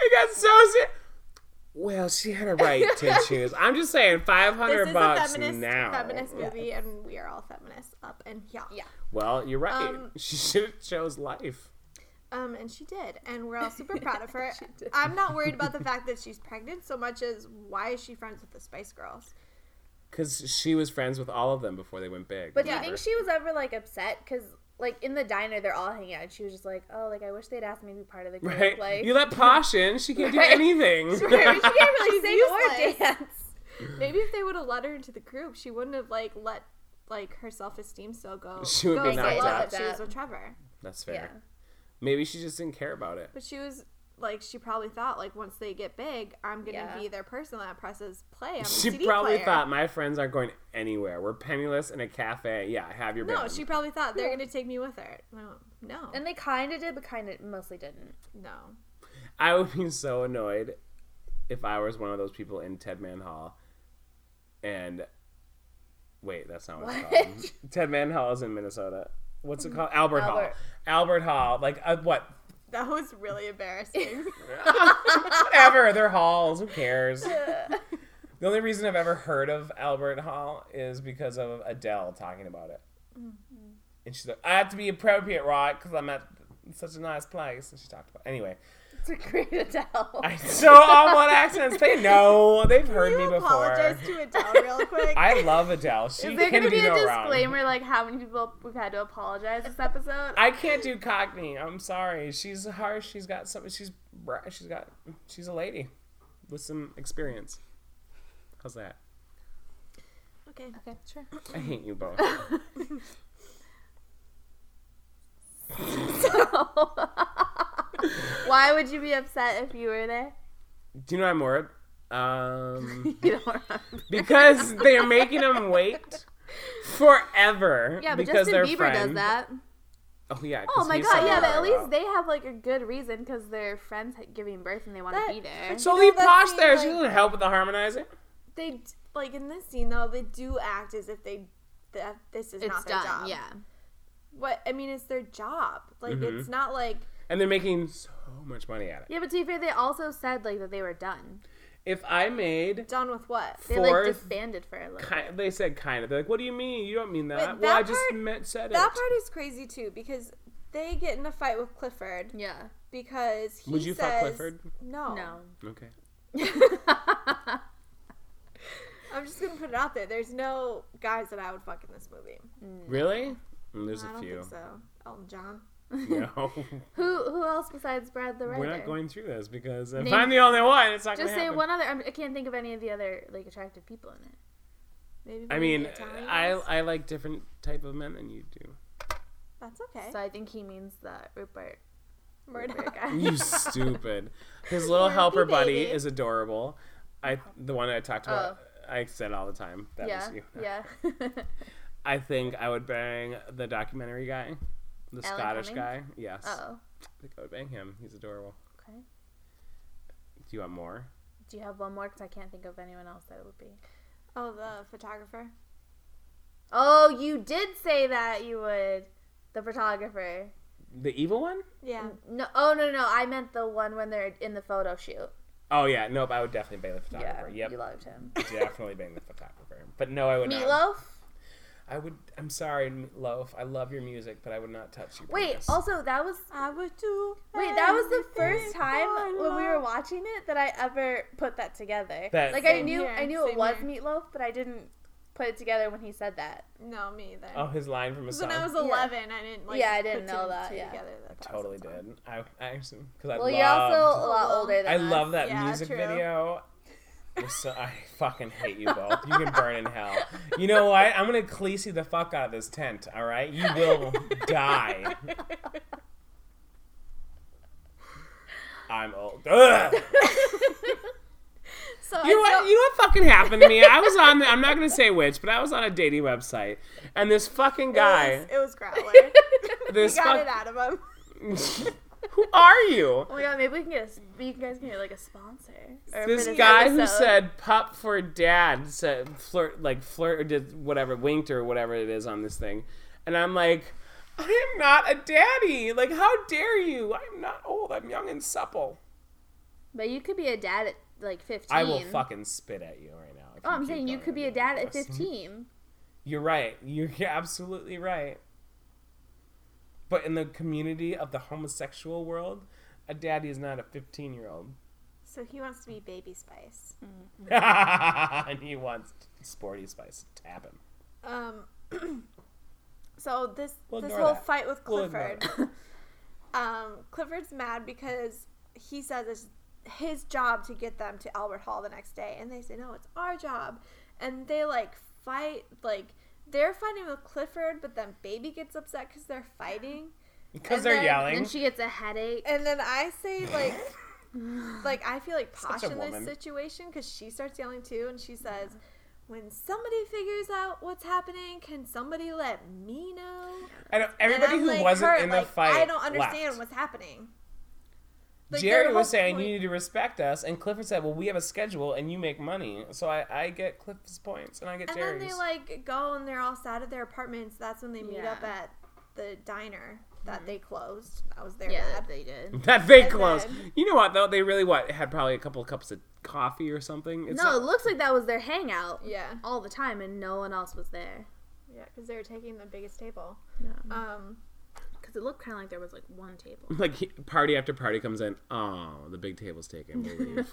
Speaker 2: It got so sick. Well, she had a right to choose. I'm just saying, five
Speaker 1: This
Speaker 2: hundred
Speaker 1: is
Speaker 2: bucks
Speaker 1: a feminist,
Speaker 2: now.
Speaker 1: feminist movie, and we are all feminists up and yeah.
Speaker 3: Yeah.
Speaker 2: Well, you're right.
Speaker 1: Um,
Speaker 2: she should have chose life.
Speaker 1: Um, and she did, and we're all super proud of her. I'm not worried about the fact that she's pregnant so much as why is she friends with the Spice Girls?
Speaker 2: Because she was friends with all of them before they went big.
Speaker 3: But
Speaker 2: Remember?
Speaker 3: do you think she was ever like upset? Because like in the diner, they're all hanging out, and she was just like, "Oh, like I wish they'd asked me to be part of the group."
Speaker 2: Right?
Speaker 3: Like,
Speaker 2: you let Posh in. She can't
Speaker 3: Right.
Speaker 2: do anything.
Speaker 3: she can't really
Speaker 1: She's
Speaker 3: sing or dance.
Speaker 1: Maybe if they would have let her into the group, she wouldn't have like let like her self esteem so go.
Speaker 2: She would've
Speaker 1: go
Speaker 2: been
Speaker 1: so
Speaker 2: knocked
Speaker 1: low
Speaker 2: out.
Speaker 1: That she was with Trevor,
Speaker 2: That's fair.
Speaker 3: Yeah.
Speaker 2: Maybe she just didn't care about it.
Speaker 1: but she was like she probably thought like once they get big, I'm gonna
Speaker 3: Yeah.
Speaker 1: be their person that presses play on the
Speaker 2: She
Speaker 1: CD
Speaker 2: probably
Speaker 1: player.
Speaker 2: thought my friends aren't going anywhere. We're penniless in a cafe. Yeah, have your
Speaker 1: No,
Speaker 2: band.
Speaker 1: she probably thought they're gonna take me with her. No, no,
Speaker 3: And they kind of did, but kind of mostly didn't.
Speaker 1: no.
Speaker 2: I would be so annoyed if I was one of those people in Ted Man Hall. And wait, that's not what, it's called. Ted Man Hall is in Minnesota. What's it called? Albert, Hall.
Speaker 3: Albert.
Speaker 2: Albert Hall. Like uh, what?
Speaker 1: That was really embarrassing.
Speaker 2: Whatever. They're halls. Who cares? the only reason I've ever heard of Albert Hall is because of Adele talking about it. And she's like, I have to be appropriate, right? Because I'm at such a nice place. And she talked about Anyway.
Speaker 3: It's a great Adele.
Speaker 2: I so all what accents. They know. They've heard
Speaker 1: you
Speaker 2: me
Speaker 1: apologize
Speaker 2: before.
Speaker 1: to Adele real quick.
Speaker 2: I love Adele. She
Speaker 3: Is there
Speaker 2: can
Speaker 3: gonna be
Speaker 2: do
Speaker 3: a
Speaker 2: no wrong.
Speaker 3: disclaimer like how many people we've had to apologize this episode?
Speaker 2: I can't do Cockney. I'm sorry. She's harsh. She's got some. She's bra- she's got she's a lady with some experience. How's that?
Speaker 1: okay.
Speaker 3: okay, sure.
Speaker 2: I hate you both.
Speaker 3: Why would you be upset if you were there?
Speaker 2: do you know I'm worried? Um,
Speaker 3: You don't remember.
Speaker 2: because they're making him wait forever.
Speaker 3: Yeah, but
Speaker 2: because
Speaker 3: Justin
Speaker 2: they're
Speaker 3: Bieber
Speaker 2: friends.
Speaker 3: does that.
Speaker 2: Oh yeah.
Speaker 3: Oh
Speaker 2: 'cause
Speaker 3: my
Speaker 2: he's
Speaker 3: god,
Speaker 2: so
Speaker 3: yeah, but
Speaker 2: far
Speaker 3: at least
Speaker 2: out.
Speaker 3: they have like a good reason because their friends ha- giving birth and they want
Speaker 1: That-
Speaker 3: to be there.
Speaker 2: So
Speaker 1: You
Speaker 2: leave
Speaker 1: know, that
Speaker 2: Posh
Speaker 1: scene,
Speaker 2: there. she
Speaker 1: like-
Speaker 2: doesn't help with the harmonizing.
Speaker 1: They d- like in this scene though. They do act as if they that this is
Speaker 3: It's
Speaker 1: not their
Speaker 3: done,
Speaker 1: job.
Speaker 3: yeah.
Speaker 1: What I mean, it's their job. Like
Speaker 2: Mm-hmm.
Speaker 1: it's not like
Speaker 2: And they're making so much money at it.
Speaker 3: Yeah, but to be fair, they also said like that they were done.
Speaker 2: If I made
Speaker 1: done with what.
Speaker 3: They like
Speaker 2: fourth,
Speaker 3: disbanded for a little.
Speaker 2: ki- they said kind of. They're like, "What do you mean? You don't mean that."
Speaker 1: that
Speaker 2: well, I just
Speaker 1: part-
Speaker 2: meant said
Speaker 1: That
Speaker 2: it.
Speaker 1: part is crazy too because they get in a fight with Clifford
Speaker 3: Yeah.
Speaker 1: because he
Speaker 2: Would you
Speaker 1: says,
Speaker 2: fuck Clifford?
Speaker 1: No,
Speaker 3: No.
Speaker 2: Okay.
Speaker 1: I'm just gonna put it out there. There's no guys that I would fuck in this movie.
Speaker 2: Really? Mm, there's
Speaker 1: I
Speaker 2: a
Speaker 1: don't
Speaker 2: few.
Speaker 1: think so. Elton John.
Speaker 2: No,
Speaker 3: Who who else besides Brad the writer?
Speaker 2: we're not going through this because if
Speaker 3: Name-
Speaker 2: I'm the only one, it's not
Speaker 3: Just
Speaker 2: gonna
Speaker 3: say
Speaker 2: happen.
Speaker 3: one other. I'm- I can't think of any of the other like attractive people in it.
Speaker 1: Maybe.
Speaker 2: I
Speaker 1: one of
Speaker 2: mean,
Speaker 1: the Italian
Speaker 2: I
Speaker 1: guys?
Speaker 2: I like different type of men than you do.
Speaker 1: That's okay.
Speaker 3: So I think he means the Rupert.
Speaker 1: Murdoch.
Speaker 2: You stupid. His little
Speaker 1: Murphy
Speaker 2: helper buddy
Speaker 1: baby.
Speaker 2: is adorable. I the one I talked about.
Speaker 1: Oh.
Speaker 2: I said all the time. That
Speaker 3: yeah,
Speaker 2: was you.
Speaker 3: yeah.
Speaker 2: I think I would bang the documentary guy, the
Speaker 3: Alan
Speaker 2: Scottish guy.
Speaker 3: Cumming?
Speaker 2: Yes,
Speaker 3: oh,
Speaker 2: I think I would bang him. He's adorable.
Speaker 3: okay.
Speaker 2: Do you want more?
Speaker 3: Do you have one more? Because I can't think of anyone else that it would be.
Speaker 1: Oh, the photographer.
Speaker 3: Oh, you did say that you would. The photographer.
Speaker 2: The evil one?
Speaker 1: Yeah.
Speaker 3: No, oh no, no. I meant the one when they're in the photo shoot.
Speaker 2: Oh yeah, nope. I would definitely bang the
Speaker 3: Yeah,
Speaker 2: photographer.
Speaker 3: you
Speaker 2: yep,
Speaker 3: loved him.
Speaker 2: definitely bang the photographer. But no, I would not.
Speaker 3: Meatloaf.
Speaker 2: I would. I'm sorry, Loaf. I love your music, but I would not touch you.
Speaker 3: Wait. Also, that was
Speaker 1: I would do.
Speaker 3: Wait, that was the first
Speaker 1: everything
Speaker 3: time
Speaker 1: for
Speaker 3: when we were
Speaker 1: love.
Speaker 3: watching it that I ever put that together.
Speaker 2: That-
Speaker 3: like I
Speaker 2: Same
Speaker 3: knew
Speaker 1: here,
Speaker 3: I knew it
Speaker 1: same
Speaker 3: was
Speaker 1: here.
Speaker 3: meatloaf, but I didn't put it together when he said that.
Speaker 1: No, me either.
Speaker 2: oh, his line from a
Speaker 1: Because
Speaker 2: song.
Speaker 1: when I was 11, I didn't like.
Speaker 3: Yeah, I didn't
Speaker 1: put two
Speaker 3: know
Speaker 1: and
Speaker 3: that,
Speaker 1: two
Speaker 3: yeah.
Speaker 1: together that that was
Speaker 2: totally
Speaker 1: a song.
Speaker 2: did. I I because I
Speaker 3: Well,
Speaker 2: loved,
Speaker 3: you're also a
Speaker 1: Oh,
Speaker 3: lot
Speaker 1: well.
Speaker 3: older than
Speaker 2: I
Speaker 3: us.
Speaker 2: love that
Speaker 1: Yeah,
Speaker 2: music
Speaker 1: true.
Speaker 2: video. You're So, I fucking hate you both. You can burn in hell. You know what? I'm gonna cleese you the fuck out of this tent. All right, you will die. I'm old. Ugh.
Speaker 1: So
Speaker 2: You know
Speaker 1: I
Speaker 2: what? You know what fucking happened to me? I was on. I'm not gonna say which, but I was on a dating website, and this fucking guy.
Speaker 1: It was, it was Growler. we
Speaker 2: this
Speaker 1: got
Speaker 2: fuck-
Speaker 1: it out of him.
Speaker 2: Who are you?
Speaker 3: Oh my god, maybe we can get a, s- you guys can get like a sponsor. Or for
Speaker 2: This guy who
Speaker 3: episode.
Speaker 2: said "pup for dad" said flirt like flirt or did whatever winked or whatever it is on this thing, and I'm like, I am not a daddy. Like, how dare you? I'm not old. I'm young and supple.
Speaker 3: But you could be a dad at like 15.
Speaker 2: I will fucking spit at you right now. if
Speaker 3: Oh, I'm
Speaker 2: keep
Speaker 3: saying you
Speaker 2: going
Speaker 3: could be a
Speaker 2: on
Speaker 3: dad
Speaker 2: like
Speaker 3: at
Speaker 2: this.
Speaker 3: 15.
Speaker 2: You're right. You're absolutely right. But in the community of the homosexual world, a daddy is not a 15 year old.
Speaker 1: So he wants to be Baby Spice.
Speaker 3: Hmm.
Speaker 2: and he wants Sporty Spice to tap him.
Speaker 1: Um. so this
Speaker 2: We'll
Speaker 1: this
Speaker 2: ignore
Speaker 1: whole
Speaker 2: that.
Speaker 1: fight with
Speaker 2: We'll ignore
Speaker 1: Clifford. um, Clifford's mad because he says it's his job to get them to Albert Hall the next day, and they say no, it's our job, and they like fight like they're fighting with Clifford, but then Baby gets upset because they're fighting,
Speaker 2: Because
Speaker 1: And
Speaker 2: they're
Speaker 1: then-
Speaker 2: yelling.
Speaker 3: Then she gets a headache.
Speaker 1: and then I say like. Like I feel like
Speaker 2: Such
Speaker 1: Posh
Speaker 2: a
Speaker 1: in this
Speaker 2: woman.
Speaker 1: situation because she starts yelling too, and she says, "When somebody figures out what's happening, can somebody let me know?"
Speaker 2: I know
Speaker 1: And
Speaker 2: everybody
Speaker 1: I'm,
Speaker 2: who
Speaker 1: like,
Speaker 2: wasn't
Speaker 1: hurt,
Speaker 2: in the
Speaker 1: like,
Speaker 2: fight.
Speaker 1: I don't understand
Speaker 2: left.
Speaker 1: what's happening.
Speaker 2: Jerry
Speaker 1: their
Speaker 2: was
Speaker 1: whole
Speaker 2: saying
Speaker 1: point-
Speaker 2: you need to respect us, and Clifford said, "Well, we have a schedule, and you make money, so I, I get Clifford's points, and I get
Speaker 1: And
Speaker 2: Jerry's."
Speaker 1: then they like go and they're all sad at their apartments. That's when they meet
Speaker 3: Yeah.
Speaker 1: up at the diner that they closed. That was their
Speaker 3: Yeah,
Speaker 1: bad.
Speaker 3: they did.
Speaker 2: that they
Speaker 1: and
Speaker 2: close.
Speaker 1: then-
Speaker 2: You know what though? They really what had probably a couple of cups of coffee or something. It's
Speaker 3: no, it looks like that was their hangout.
Speaker 1: Yeah,
Speaker 3: All the time, and no one else was there.
Speaker 1: yeah, because they were taking the biggest table.
Speaker 3: Yeah.
Speaker 1: Um,
Speaker 3: Because it looked kind of like there was like one table.
Speaker 2: Like he- party after party comes in. Oh, the big table's taken. We'll leave.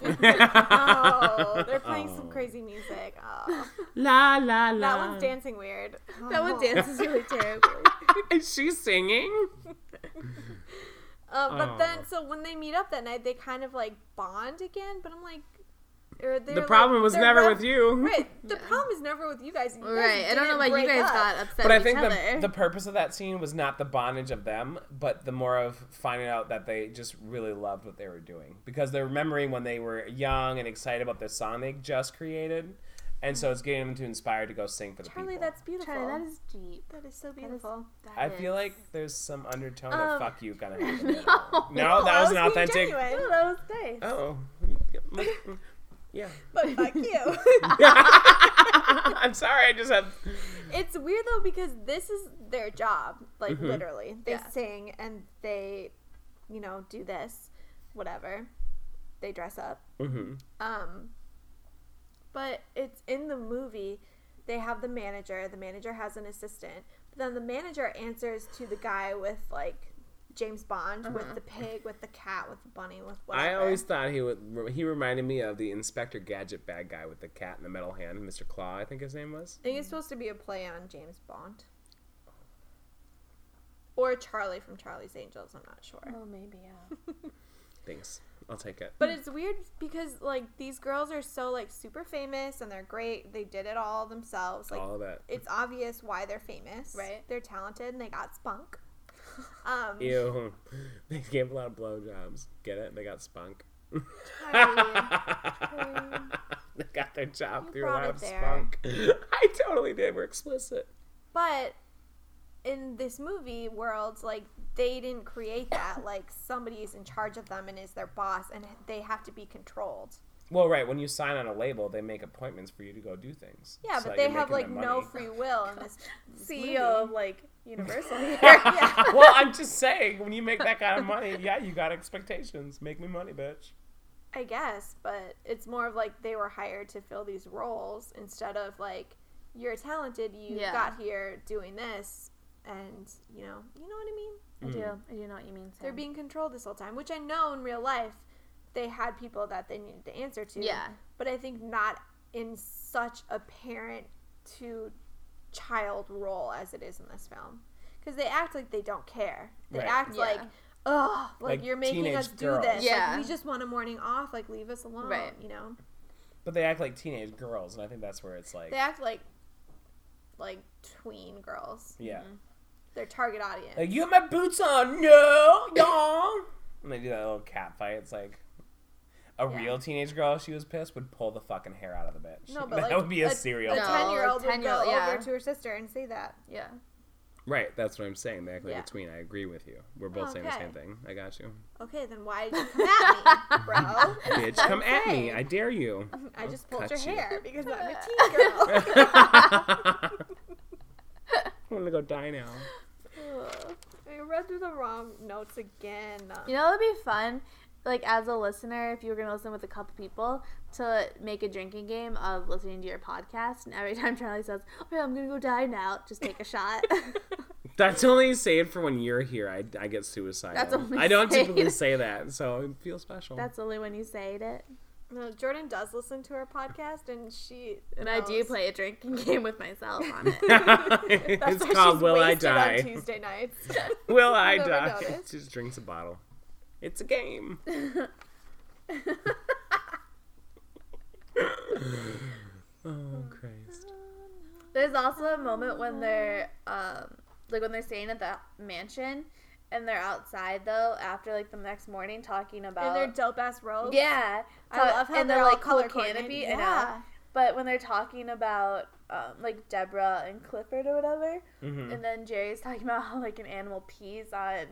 Speaker 1: Oh, they're playing some crazy music. Oh.
Speaker 2: la la la.
Speaker 1: That one's dancing weird.
Speaker 3: That one dance is really terrible.
Speaker 2: Is she singing?
Speaker 1: Uh, but
Speaker 2: Oh.
Speaker 1: then, so when they meet up that night, they kind of like bond again. But I'm like, or they're
Speaker 2: The
Speaker 1: like-
Speaker 2: problem was
Speaker 1: they're
Speaker 2: never
Speaker 1: ref-
Speaker 2: with you.
Speaker 1: Right. The problem is never with you guys. You guys
Speaker 3: right. I don't
Speaker 1: didn't
Speaker 3: know why you
Speaker 1: break
Speaker 3: guys
Speaker 1: up.
Speaker 3: got upset
Speaker 2: But I
Speaker 3: with
Speaker 2: think
Speaker 3: each
Speaker 2: the,
Speaker 3: other.
Speaker 2: the purpose of that scene was not the bondage of them, but the more of finding out that they just really loved what they were doing. Because they're remembering when they were young and excited about the song they just created. And so it's getting them to inspire to go sing for the
Speaker 1: Charlie,
Speaker 2: people.
Speaker 1: that's beautiful.
Speaker 3: Charlie, that is deep.
Speaker 1: that is so beautiful.
Speaker 3: That
Speaker 2: I feel
Speaker 3: is-
Speaker 2: like there's some undertone
Speaker 3: Um,
Speaker 2: of fuck you kind of happening. no, Oh, that was an
Speaker 1: Oh, being
Speaker 2: authentic.
Speaker 1: genuine.
Speaker 3: Oh, that was nice.
Speaker 2: Oh. Yeah.
Speaker 1: But fuck you.
Speaker 2: I'm sorry, I just have.
Speaker 1: it's weird though because this is their job. Like
Speaker 2: Mm-hmm.
Speaker 1: literally, they
Speaker 3: Yeah.
Speaker 1: sing and they, you know, do this, whatever. They dress up.
Speaker 2: hmm
Speaker 1: Um, but it's in the movie. They have the manager. The manager has an assistant. But then the manager answers to the guy with like James Bond with the pig, with the cat, with the bunny, with whatever.
Speaker 2: Uh-huh. I always thought he would. He reminded me of the Inspector Gadget bad guy with the cat and the metal hand, Mr. Claw, I think his name was.
Speaker 1: I think it's supposed to be a play on James Bond. Or Charlie from Charlie's Angels. I'm not sure.
Speaker 3: Oh, maybe yeah.
Speaker 2: Thanks, I'll take it.
Speaker 1: But it's weird because like these girls are so like super famous and they're great. They did it all themselves. Like
Speaker 2: All of it.
Speaker 1: it's obvious why they're famous.
Speaker 3: Right.
Speaker 1: They're talented and they got spunk. Um,
Speaker 2: Ew. They gave a lot of blowjobs. Get it? They got spunk. they got their job
Speaker 1: You
Speaker 2: through a lot
Speaker 1: brought
Speaker 2: of
Speaker 1: it there.
Speaker 2: spunk. I totally did. We're explicit.
Speaker 1: but in this movie world, like they didn't create that. Like somebody is in charge of them and is their boss, and they have to be controlled.
Speaker 2: Well, right. When you sign on a label, they make appointments for you to go do things.
Speaker 1: Yeah,
Speaker 2: So
Speaker 1: but
Speaker 2: you're
Speaker 1: they have like
Speaker 2: making them
Speaker 1: no
Speaker 2: money.
Speaker 1: free will in this. this movie.
Speaker 3: CEO of like Universal here.
Speaker 2: well, I'm just saying, when you make that kind of money, yeah, you got expectations. Make me money, bitch.
Speaker 1: I guess, but it's more of like they were hired to fill these roles instead of like you're talented, you
Speaker 3: Yeah.
Speaker 1: got here doing this, and you know, you know what I mean.
Speaker 3: I do. I do know what you mean. Sam.
Speaker 1: They're being controlled this whole time, which I know in real life they had people that they needed to answer to.
Speaker 3: Yeah.
Speaker 1: But I think not in such a parent to child role as it is in this film. Because they act like they don't care. They
Speaker 2: Right.
Speaker 1: act
Speaker 3: Yeah.
Speaker 1: like, oh, like,
Speaker 2: Like
Speaker 1: you're making
Speaker 2: teenage
Speaker 1: us do
Speaker 2: girls.
Speaker 1: this.
Speaker 3: Yeah.
Speaker 1: Like, we just want a morning off. Like, leave us alone.
Speaker 3: Right.
Speaker 1: You know?
Speaker 2: But they act like teenage girls, and I think that's where it's like,
Speaker 1: They act like, like tween girls.
Speaker 2: yeah,
Speaker 1: Their target audience.
Speaker 2: like you have my boots on, no, no. and they do that little cat fight. It's like a
Speaker 1: Yeah.
Speaker 2: real teenage girl. if She was pissed, would pull the fucking hair out of the bitch.
Speaker 1: no, but
Speaker 2: that
Speaker 1: like
Speaker 2: would be a, serial.
Speaker 1: A
Speaker 3: No,
Speaker 1: ten year old would go
Speaker 3: 10-year-old, yeah.
Speaker 1: over to her sister and say that.
Speaker 3: yeah.
Speaker 2: Right, that's what I'm saying. They act like
Speaker 1: Yeah.
Speaker 2: a tween. I agree with you. We're both saying the
Speaker 1: Okay.
Speaker 2: same thing. I got you,
Speaker 1: Okay, then why did you come at me, bro?
Speaker 2: bitch. Come at me. I dare you.
Speaker 1: I just pulled
Speaker 2: cut
Speaker 1: your
Speaker 2: you.
Speaker 1: hair because I'm a teen girl.
Speaker 2: I want to go die now.
Speaker 1: I read through the wrong notes again.
Speaker 3: You know, it'd be fun, like as a listener, if you were gonna listen with a couple people, to make a drinking game of listening to your podcast, and every time Charlie says, "Okay, I'm gonna go die now," just take a shot.
Speaker 2: That's only saved for when you're here. I, I get suicidal.
Speaker 3: That's only
Speaker 2: I don't
Speaker 3: saved.
Speaker 2: typically say that, so it feels special.
Speaker 3: That's only when you say it.
Speaker 1: No, Jordan does listen to her podcast, and she
Speaker 3: And I do
Speaker 1: knows.
Speaker 3: play a drinking game with myself on it.
Speaker 1: That's
Speaker 2: it's
Speaker 1: why
Speaker 2: called
Speaker 1: she's
Speaker 2: Will I
Speaker 1: wasted on
Speaker 2: Die?
Speaker 1: Tuesday nights.
Speaker 2: Will I
Speaker 1: never
Speaker 2: Die?
Speaker 1: noticed.
Speaker 2: Just drinks a bottle. It's a game.
Speaker 3: Mm-hmm.
Speaker 2: oh, Christ.
Speaker 3: There's also a moment
Speaker 1: Oh.
Speaker 3: when they're um like when they're staying at the mansion and they're outside though after like the next morning talking about
Speaker 1: and their dope ass robes.
Speaker 3: yeah
Speaker 1: I
Speaker 3: talk-
Speaker 1: love how
Speaker 3: and
Speaker 1: they're
Speaker 3: they're
Speaker 1: all
Speaker 3: like cool
Speaker 1: color coordinated.
Speaker 3: canopy I know
Speaker 1: Yeah.
Speaker 3: but when they're talking about um, like Deborah and Clifford or whatever
Speaker 2: Mm-hmm. Mm.
Speaker 3: and then Jerry's talking about how like an animal pees on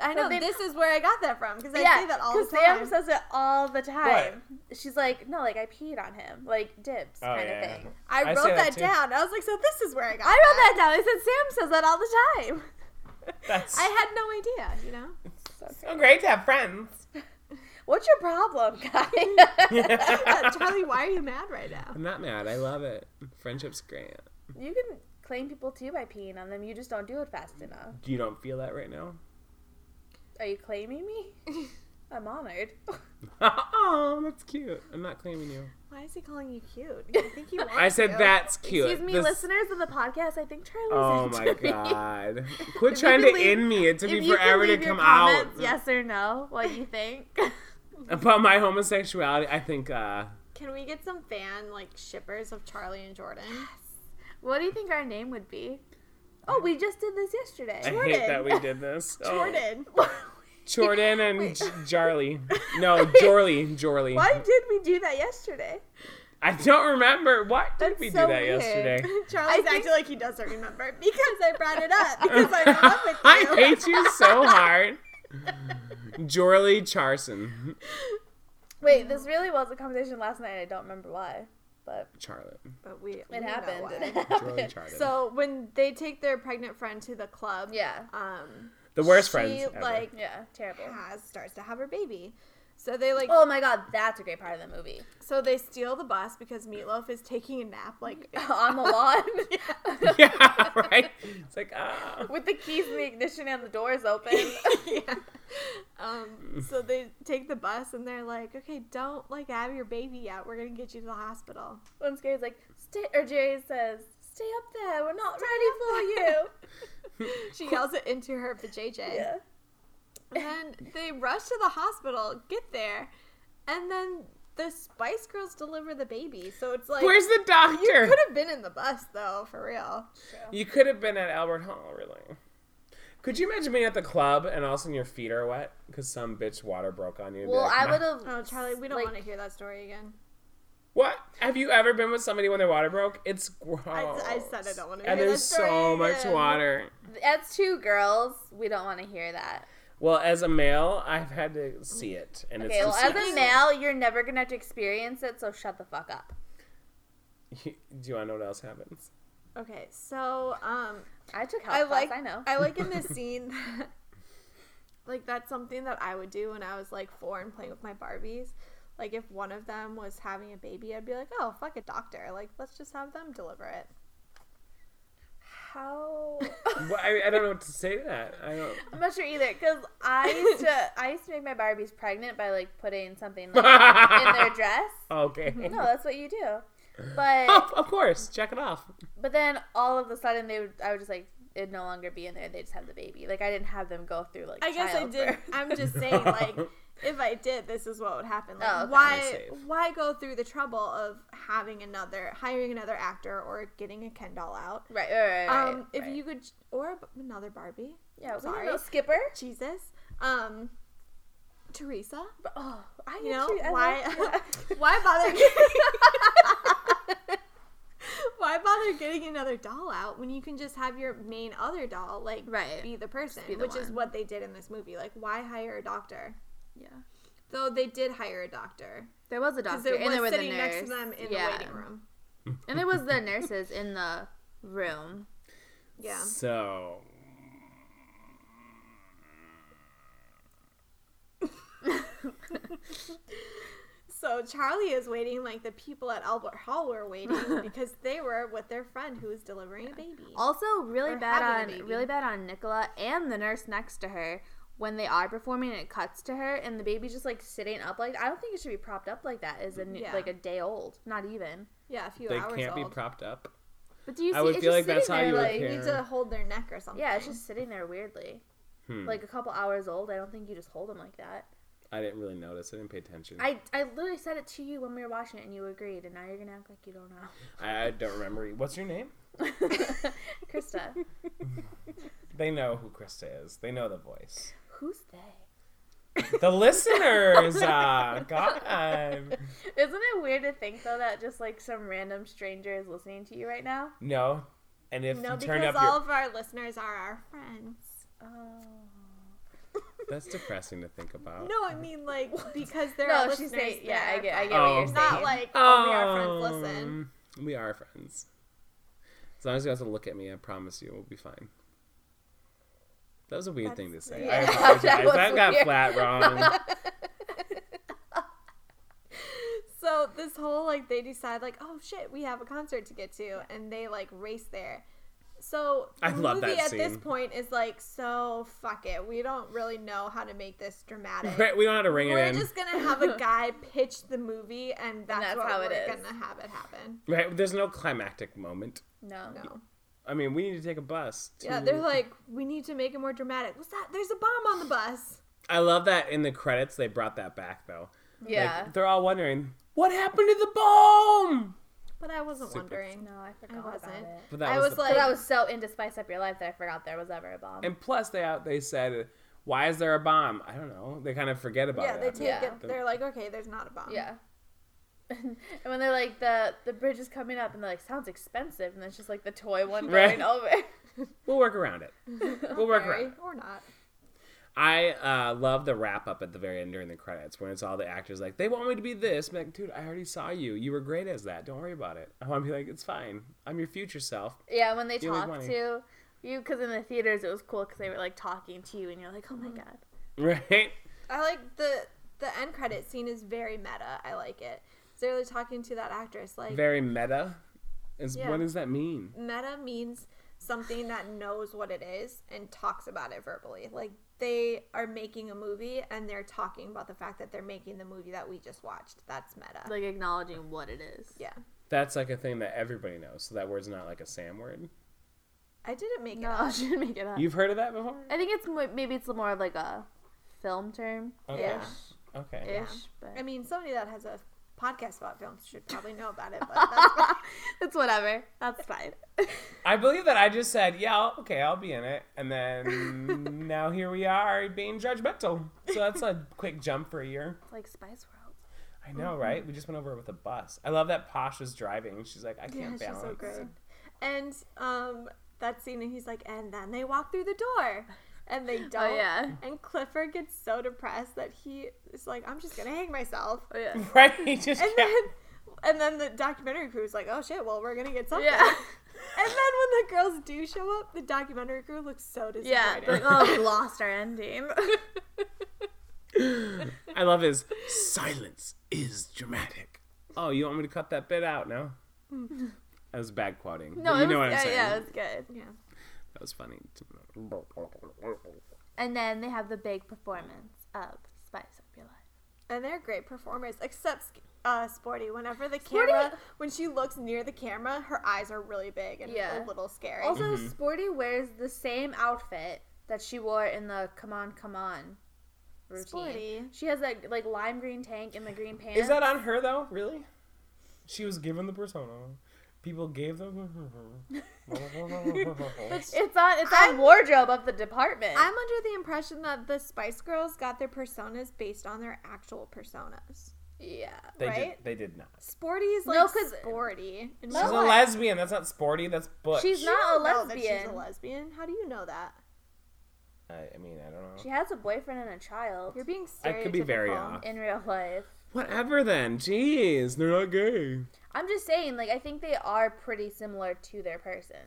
Speaker 1: I know
Speaker 3: But they-
Speaker 1: this is where I got that from because I say that all the
Speaker 3: 'cause Sam
Speaker 1: time.
Speaker 3: says it all the time. She's like, no, like I peed on him, like dibs
Speaker 2: Oh,
Speaker 3: kind
Speaker 2: yeah.
Speaker 3: of thing.
Speaker 1: I
Speaker 2: I
Speaker 1: wrote
Speaker 2: say that
Speaker 1: that,
Speaker 2: too.
Speaker 1: down. I was like, so this is where I got.
Speaker 3: I wrote that down. I said Sam says that all the time.
Speaker 2: That's
Speaker 1: I had no idea. You know.
Speaker 3: So crazy.
Speaker 2: so great to have friends.
Speaker 3: What's your problem, guy?
Speaker 1: Charlie, why are you mad right now?
Speaker 2: I'm not mad. I love it. Friendship's great.
Speaker 3: you can claim people too by peeing on them. You just don't do it fast enough.
Speaker 2: You don't feel that right now?
Speaker 3: Are you claiming me? I'm honored.
Speaker 2: oh, that's cute. I'm not claiming you.
Speaker 1: Why is he calling you cute? I think he wants
Speaker 2: I said
Speaker 1: to.
Speaker 2: that's cute.
Speaker 3: Excuse me,
Speaker 2: This-
Speaker 3: listeners of the podcast. I think Charlie's
Speaker 2: Oh
Speaker 3: into
Speaker 2: my
Speaker 3: me.
Speaker 2: god. Quit
Speaker 3: If you
Speaker 2: trying to
Speaker 3: could leave-
Speaker 2: end me. It took
Speaker 3: If
Speaker 2: me
Speaker 3: you can
Speaker 2: forever to
Speaker 3: leave your
Speaker 2: come out.
Speaker 3: comments, yes or no, what you think?
Speaker 2: About my homosexuality, I think uh
Speaker 1: Can we get some fan like shippers of Charlie and Jordan?
Speaker 3: what do you think our name would be? Oh, we just did this yesterday.
Speaker 2: I hate that we did this. Oh.
Speaker 1: Jordan.
Speaker 2: Jordan and J- Jarly. No, Jorly. Jorly.
Speaker 3: Why did we do that yesterday?
Speaker 2: I don't remember. Why did we do
Speaker 3: so
Speaker 2: that
Speaker 3: weird.
Speaker 2: yesterday?
Speaker 1: Charlie's
Speaker 3: think-
Speaker 1: acting like he doesn't remember because I brought it up because I'm in love with you.
Speaker 2: I hate you so hard. Jorly Charson.
Speaker 3: Wait, this really was a conversation last night. I don't remember why, but
Speaker 2: Charlotte.
Speaker 1: But we we
Speaker 3: it
Speaker 1: know
Speaker 3: happened.
Speaker 1: why.
Speaker 3: It
Speaker 2: Jorly
Speaker 3: happened.
Speaker 2: Charson.
Speaker 1: So when they take their pregnant friend to the club,
Speaker 3: Yeah,
Speaker 1: um,
Speaker 2: the worst
Speaker 1: she,
Speaker 2: friends. Ever.
Speaker 1: like
Speaker 3: yeah, terrible.
Speaker 1: has starts to have her baby. So they like
Speaker 3: Oh my god, that's a great part of the movie.
Speaker 1: so they steal the bus because Meatloaf is taking a nap like
Speaker 3: On the lawn
Speaker 2: yeah, right? It's like, ah.
Speaker 3: with the keys in the ignition and the doors open.
Speaker 1: yeah. Um, so they take the bus and they're like, okay, don't like have your baby yet. We're gonna get you to the hospital.
Speaker 3: When Scary's like, "Stay," or Jerry says, "Stay up there. We're not ready for you."
Speaker 1: She yells it into her vajayjay.
Speaker 3: Yeah.
Speaker 1: And they rush to the hospital, get there, and then the Spice Girls deliver the baby. So it's like
Speaker 2: Where's the
Speaker 1: you
Speaker 2: doctor?
Speaker 1: could have been in the bus though, for real.
Speaker 2: You could have been at Albert Hall, really. Could you imagine being at the club and all of a sudden your feet are wet because some bitch water broke on you? and be
Speaker 3: Well,
Speaker 2: like,
Speaker 3: I
Speaker 2: "Nah."
Speaker 3: would have.
Speaker 1: Oh, Charlie, we don't
Speaker 3: like,
Speaker 1: want to hear that story again.
Speaker 2: What? Have you ever been with somebody when their water broke? It's gross.
Speaker 1: I, I said I don't want to hear
Speaker 2: And
Speaker 1: that
Speaker 2: there's
Speaker 1: story.
Speaker 2: so much
Speaker 1: again.
Speaker 2: water.
Speaker 3: That's two girls. We don't want to hear that.
Speaker 2: Well, as a male, I've had to see it, and
Speaker 3: Okay,
Speaker 2: it's
Speaker 3: well, as a
Speaker 2: disgusting.
Speaker 3: male, you're never gonna have to experience it, so shut the fuck up.
Speaker 2: Do you want to know what else happens?
Speaker 1: Okay, so um,
Speaker 3: I took health
Speaker 1: I
Speaker 3: class,
Speaker 1: like
Speaker 3: I know.
Speaker 1: I like in this scene that, like that's something that I would do when I was like four and playing with my Barbies. Like if one of them was having a baby, I'd be like, oh fuck a doctor. Like let's just have them deliver it.
Speaker 3: How?
Speaker 2: Well, I, I don't know what to say to that. I don't.
Speaker 3: I'm not sure either, because I used to I used to make my Barbies pregnant by like putting something like, in their dress.
Speaker 2: okay.
Speaker 3: No, that's what you do. But
Speaker 2: Oh, of course, check it off.
Speaker 3: but then all of a sudden they would I would just like it'd no longer be in there. They just have the baby. Like I didn't have them go through like.
Speaker 1: I guess I did.
Speaker 3: childbirth.
Speaker 1: I'm just saying like. If I did, this is what would happen. Like,
Speaker 3: Oh, okay.
Speaker 1: why,
Speaker 2: Safe.
Speaker 1: why go through the trouble of having another, hiring another actor, or getting a Ken doll out?
Speaker 3: Right, right, right.
Speaker 1: Um, if
Speaker 3: right.
Speaker 1: you could, or b- another Barbie.
Speaker 3: yeah,
Speaker 1: sorry.
Speaker 3: sorry, Skipper.
Speaker 1: Jesus. Um, Teresa.
Speaker 3: Oh, I
Speaker 1: You know,
Speaker 3: actually- I
Speaker 1: why-
Speaker 3: love-
Speaker 1: Why bother? Why bother getting another doll out when you can just have your main other doll like
Speaker 3: Right.
Speaker 1: be the person,
Speaker 3: be the
Speaker 1: which is
Speaker 3: one.
Speaker 1: what they did in this movie. Like, why hire a doctor?
Speaker 3: yeah.
Speaker 1: Though they did hire a doctor
Speaker 3: There was a
Speaker 1: because
Speaker 3: doctor,
Speaker 1: there
Speaker 3: and
Speaker 1: was
Speaker 3: there were the
Speaker 1: sitting
Speaker 3: nurse,
Speaker 1: next to them in
Speaker 3: yeah.
Speaker 1: the waiting room.
Speaker 3: and there was the nurses in the room.
Speaker 1: Yeah.
Speaker 2: So.
Speaker 1: So Charlie is waiting like the people at Albert Hall were waiting because they were with their friend who was delivering a baby.
Speaker 3: Also, really
Speaker 1: Or
Speaker 3: bad
Speaker 1: having a
Speaker 3: on
Speaker 1: baby.
Speaker 3: really bad on Nicola and the nurse next to her when they are performing and it cuts to her and the baby's just like sitting up like I don't think it should be propped up like that as a new,
Speaker 1: Yeah.
Speaker 3: like a day old, not even.
Speaker 1: yeah, a few
Speaker 2: They
Speaker 1: hours
Speaker 2: can't be
Speaker 1: old.
Speaker 2: propped up.
Speaker 3: But do you? See,
Speaker 2: I would
Speaker 3: it's
Speaker 2: feel
Speaker 3: just
Speaker 2: like that's
Speaker 3: sitting
Speaker 2: how you
Speaker 3: there,
Speaker 2: would
Speaker 3: like,
Speaker 1: They
Speaker 2: care.
Speaker 1: need to hold their neck or something.
Speaker 3: Yeah, it's just sitting there weirdly,
Speaker 2: Hmm.
Speaker 3: like a couple hours old. I don't think you just hold them like that.
Speaker 2: I didn't really notice. I didn't pay attention. I,
Speaker 3: I I literally said it to you when we were watching it and you agreed, and now you're gonna act like you don't know,
Speaker 2: I don't remember. What's your name?
Speaker 3: Krista.
Speaker 2: They know who Krista is. They know the voice.
Speaker 3: Who's they?
Speaker 2: The listeners. Uh, God.
Speaker 3: Isn't it weird to think though that just like some random stranger is listening to you right now?
Speaker 2: No. And if
Speaker 1: No,
Speaker 2: you turn up
Speaker 1: because
Speaker 2: your,
Speaker 1: all of our listeners are our friends.
Speaker 3: Oh.
Speaker 2: that's depressing to think about.
Speaker 1: No, I mean like because they're
Speaker 3: No,
Speaker 1: our
Speaker 3: she's
Speaker 1: listeners.
Speaker 3: saying- yeah,
Speaker 1: they're
Speaker 3: I get-
Speaker 1: our
Speaker 3: I get
Speaker 1: friends.
Speaker 2: what you're
Speaker 1: It's Not
Speaker 3: saying.
Speaker 1: like
Speaker 2: Oh,
Speaker 1: only our friends listen.
Speaker 2: We are friends. As long as you guys look at me, I promise you we'll be fine. That was a weird thing to say.
Speaker 3: Yeah,
Speaker 2: I apologize.
Speaker 3: that
Speaker 2: That,
Speaker 3: was
Speaker 2: got
Speaker 3: weird.
Speaker 2: flat wrong.
Speaker 1: So this whole like they decide like oh shit we have a concert to get to and they like race there. So the
Speaker 2: I love
Speaker 1: movie
Speaker 2: that
Speaker 1: at this
Speaker 2: scene.
Speaker 1: point is like, so fuck it. We don't really know how to make this dramatic.
Speaker 2: Right, we don't have to ring it
Speaker 1: We're
Speaker 2: in.
Speaker 1: just gonna have a guy pitch the movie, and that's,
Speaker 3: that's
Speaker 1: what
Speaker 3: how
Speaker 1: we're
Speaker 3: it is.
Speaker 1: gonna have it happen.
Speaker 2: Right, there's no climactic moment.
Speaker 3: No.
Speaker 1: No.
Speaker 2: I mean, we need to take a bus. To...
Speaker 1: Yeah, they're like, we need to make it more dramatic. What's that? There's a bomb on the bus.
Speaker 2: I love that in the credits they brought that back though.
Speaker 3: Yeah.
Speaker 2: Like, they're all wondering what happened to the bomb.
Speaker 1: But I wasn't
Speaker 2: Super.
Speaker 1: wondering.
Speaker 3: no, I forgot
Speaker 1: wasn't.
Speaker 3: about it.
Speaker 2: But that
Speaker 1: I
Speaker 2: was,
Speaker 1: was
Speaker 2: the-
Speaker 1: like-
Speaker 3: But I was so into Spice Up Your Life that I forgot there was ever a bomb.
Speaker 2: and plus they out they said, why is there a bomb? I don't know. They kind of forget about
Speaker 1: Yeah,
Speaker 2: it.
Speaker 1: they
Speaker 2: after
Speaker 1: take
Speaker 3: Yeah.
Speaker 1: it. They're like, okay, there's not a bomb.
Speaker 3: yeah. and when they're like the the bridge is coming up and they're like sounds expensive and then it's just like the toy one
Speaker 2: Right.
Speaker 3: going over.
Speaker 2: We'll work around it. We'll work around.
Speaker 1: Sorry,
Speaker 2: It.
Speaker 1: or not.
Speaker 2: I uh, love the wrap up at the very end during the credits when it's all the actors like they want me to be this. I'm like, dude, I already saw you. You were great as that. Don't worry about it. I want to be like, it's fine. I'm your future self.
Speaker 3: Yeah, when they
Speaker 2: You make
Speaker 3: talk
Speaker 2: money.
Speaker 3: to you, because in the theaters it was cool because they were like talking to you and you're like, oh my god.
Speaker 2: Right.
Speaker 1: I like the the end credit scene is very meta. I like it. So they're talking to that actress like
Speaker 2: Very meta. Is
Speaker 1: Yeah.
Speaker 2: what does that mean?
Speaker 1: meta means something that knows what it is and talks about it verbally. Like they are making a movie and they're talking about the fact that they're making the movie that we just watched. That's meta.
Speaker 3: Like acknowledging what it is.
Speaker 1: yeah.
Speaker 2: That's like a thing that everybody knows. So that word's not like a Sam word.
Speaker 1: I didn't make
Speaker 3: No,
Speaker 1: it
Speaker 3: I
Speaker 1: up.
Speaker 3: should make it up.
Speaker 2: You've heard of that before?
Speaker 3: I think it's mo- maybe it's more of like a film term
Speaker 2: Okay.
Speaker 1: Yeah.
Speaker 2: Okay.
Speaker 3: ish,
Speaker 1: I
Speaker 3: but
Speaker 1: mean, somebody that has a podcast about films should probably know about it, but that's fine.
Speaker 3: it's whatever. That's fine.
Speaker 2: I believe that I just said, yeah, I'll- okay, I'll be in it. And then now here we are being judgmental. So that's a quick jump for a year.
Speaker 3: It's like Spice World.
Speaker 2: I know, right? We just went over with a bus. I love that Posh was driving. She's like, I can't
Speaker 1: she's
Speaker 2: balance.
Speaker 1: so great. And um, that scene, and he's like, and then they walk through the door, and they don't.
Speaker 3: Oh, yeah.
Speaker 1: And Clifford gets so depressed that he is like, I'm just gonna hang myself.
Speaker 3: Oh yeah.
Speaker 2: Right? He just
Speaker 1: And
Speaker 2: kept-
Speaker 1: then, and then the documentary crew's like, oh shit, well we're gonna get something.
Speaker 3: Yeah.
Speaker 1: And then when the girls do show up, the documentary crew looks so disappointed.
Speaker 3: Yeah. Like, oh, we lost our ending.
Speaker 2: I love his silence is dramatic. Oh, you want me to cut that bit out now? That was bad quoting.
Speaker 3: No,
Speaker 2: but
Speaker 3: it
Speaker 2: you
Speaker 3: was,
Speaker 2: know what I'm
Speaker 3: yeah,
Speaker 2: saying.
Speaker 3: yeah, it was good.
Speaker 1: Yeah.
Speaker 2: That was funny.
Speaker 3: And then they have the big performance of Spice Up Your Life.
Speaker 1: And they're great performers, except uh, Sporty. Whenever the camera, when she looks near the camera, her eyes are really big and
Speaker 3: Yeah.
Speaker 1: a little scary.
Speaker 3: Also,
Speaker 2: Mm-hmm.
Speaker 3: Sporty wears the same outfit that she wore in the Come On, Come On routine.
Speaker 1: Sporty.
Speaker 3: She has that like lime green tank and the green pants.
Speaker 2: Is that on her though? Really? She was given the persona. People gave them.
Speaker 3: It's on. It's
Speaker 1: I'm-
Speaker 3: on wardrobe of the department.
Speaker 1: I'm under the impression that the Spice Girls got their personas based on their actual personas.
Speaker 3: yeah.
Speaker 2: they did.
Speaker 1: right?
Speaker 2: They did not.
Speaker 1: Sporty is like
Speaker 3: No, 'cause-
Speaker 1: sporty. And
Speaker 3: No,
Speaker 2: She's
Speaker 1: she's
Speaker 2: a lesbian. That's not sporty. That's butch.
Speaker 3: She's
Speaker 1: you
Speaker 3: not a
Speaker 1: don't know that She's a
Speaker 3: lesbian.
Speaker 1: lesbian. How do you know that?
Speaker 2: I, I mean, I don't know.
Speaker 3: She has a boyfriend and a child
Speaker 1: You're being
Speaker 2: I
Speaker 1: stereotypical.
Speaker 2: could be very
Speaker 1: uh,
Speaker 2: off.
Speaker 3: in real life.
Speaker 2: Whatever then. Jeez, they're not gay.
Speaker 3: I'm just saying, like, I think they are pretty similar to their person.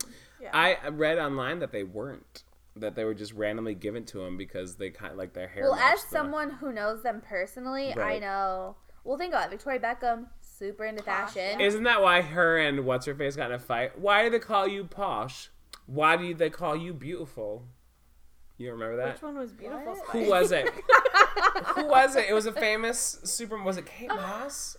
Speaker 2: I read online that they weren't. That they were just randomly given to him because they kind of like their hair.
Speaker 3: Well, as
Speaker 2: matched the-
Speaker 3: someone who knows them personally, I
Speaker 2: Right.
Speaker 3: know. Well, think about it. Victoria Beckham, super into fashion.
Speaker 2: Isn't that why her and what's her face got in a fight? Why do they call you posh? Why do they call you beautiful? You remember that?
Speaker 1: Which one was beautiful?
Speaker 3: What?
Speaker 1: Spice?
Speaker 2: Who was it? Who was it? It was a famous super. Was it Kate Moss?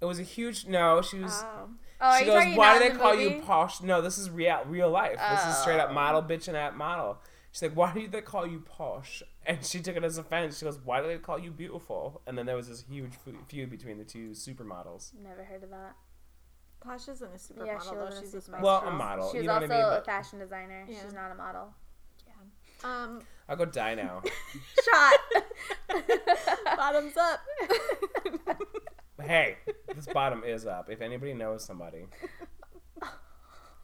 Speaker 2: It was a huge. No, she was.
Speaker 1: Oh.
Speaker 3: oh, are
Speaker 2: she
Speaker 3: you
Speaker 2: goes.
Speaker 3: talking
Speaker 2: Why
Speaker 3: about
Speaker 2: do
Speaker 3: in
Speaker 2: they
Speaker 3: the
Speaker 2: call
Speaker 3: movie? Oh.
Speaker 2: you posh? No, this is real real life. This is straight up model bitching at model. She's like, why do they call you posh? And she took it as offense. She goes, why do they call you beautiful? And then there was this huge fu- feud between the two supermodels.
Speaker 3: Never heard of that.
Speaker 1: Posh isn't a supermodel,
Speaker 3: Yeah, she
Speaker 1: though.
Speaker 3: wasn't a
Speaker 1: She's a Spice
Speaker 3: supermodel.
Speaker 2: Well, a
Speaker 1: Girl.
Speaker 2: model. you
Speaker 3: She was
Speaker 2: know
Speaker 3: also
Speaker 2: what I mean?
Speaker 3: a
Speaker 2: But
Speaker 3: fashion designer.
Speaker 1: Yeah.
Speaker 3: She's not a model.
Speaker 1: Um,
Speaker 2: I'll go die now.
Speaker 3: Shot.
Speaker 1: bottoms up.
Speaker 2: hey, this bottom is up. If anybody knows somebody,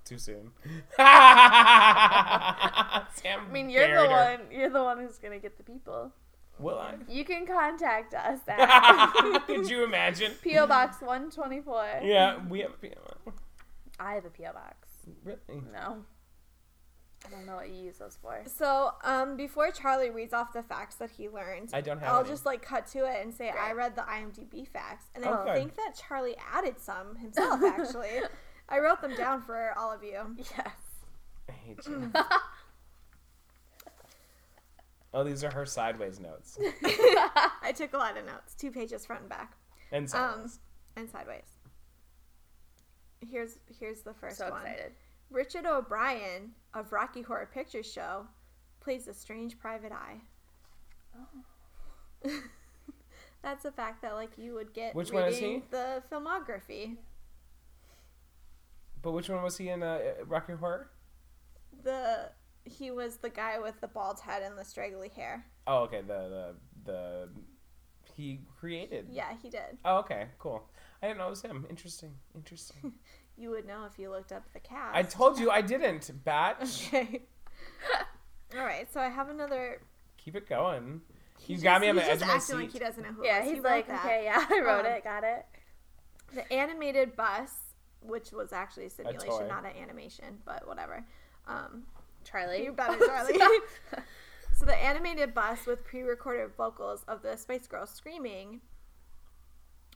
Speaker 2: too soon. Sam
Speaker 3: I mean, you're the
Speaker 2: buried her.
Speaker 3: one. You're the one who's gonna get the people.
Speaker 2: Will I?
Speaker 3: You can contact us at
Speaker 2: Could you imagine?
Speaker 3: PO Box 124.
Speaker 2: Yeah, we have PMO.
Speaker 3: I have a PO box.
Speaker 2: Really?
Speaker 3: No. I don't know what you use those for.
Speaker 1: So, um, before Charlie reads off the facts that he learned,
Speaker 2: I don't have
Speaker 1: I'll
Speaker 2: any.
Speaker 1: just like cut to it and say I read the IMDb facts, and I
Speaker 2: Okay.
Speaker 1: think that Charlie added some himself. Actually, I wrote them down for all of you.
Speaker 3: Yes.
Speaker 2: I hate you. oh, these are her sideways notes
Speaker 1: I took a lot of notes, two pages front and back,
Speaker 2: and
Speaker 1: um,
Speaker 2: sideways.
Speaker 1: and sideways. Here's here's the first
Speaker 3: so
Speaker 1: one.
Speaker 3: excited.
Speaker 1: Richard O'Brien of Rocky Horror Picture Show plays a strange private eye. That's a fact that like you would get
Speaker 2: Oh. Which
Speaker 1: reading
Speaker 2: one is he?
Speaker 1: the filmography.
Speaker 2: but which one was he in? Uh, Rocky Horror.
Speaker 1: The he was the guy with the bald head and the straggly hair.
Speaker 2: Oh, okay. The the the he created.
Speaker 1: Yeah, he did.
Speaker 2: Oh, okay. Cool. I didn't know it was him. Interesting. Interesting.
Speaker 1: You would know if you looked up the cast.
Speaker 2: I told you I didn't. Batch.
Speaker 1: Okay. All right, so I have another.
Speaker 2: Keep it going. You
Speaker 1: He's just-
Speaker 2: got me on the
Speaker 1: he's
Speaker 2: edge of
Speaker 1: just
Speaker 2: my
Speaker 1: acting like
Speaker 2: seat.
Speaker 1: he doesn't know who. it
Speaker 3: Yeah,
Speaker 1: was. He
Speaker 3: he's
Speaker 1: wrote
Speaker 3: like,
Speaker 1: that.
Speaker 3: okay, yeah, I wrote
Speaker 1: Um,
Speaker 3: it, got it.
Speaker 1: The animated bus, which was actually a simulation,
Speaker 2: toy.
Speaker 1: not an animation, but whatever. Um,
Speaker 3: Charlie,
Speaker 1: you better, Charlie. so the animated bus with pre-recorded vocals of the Spice Girls screaming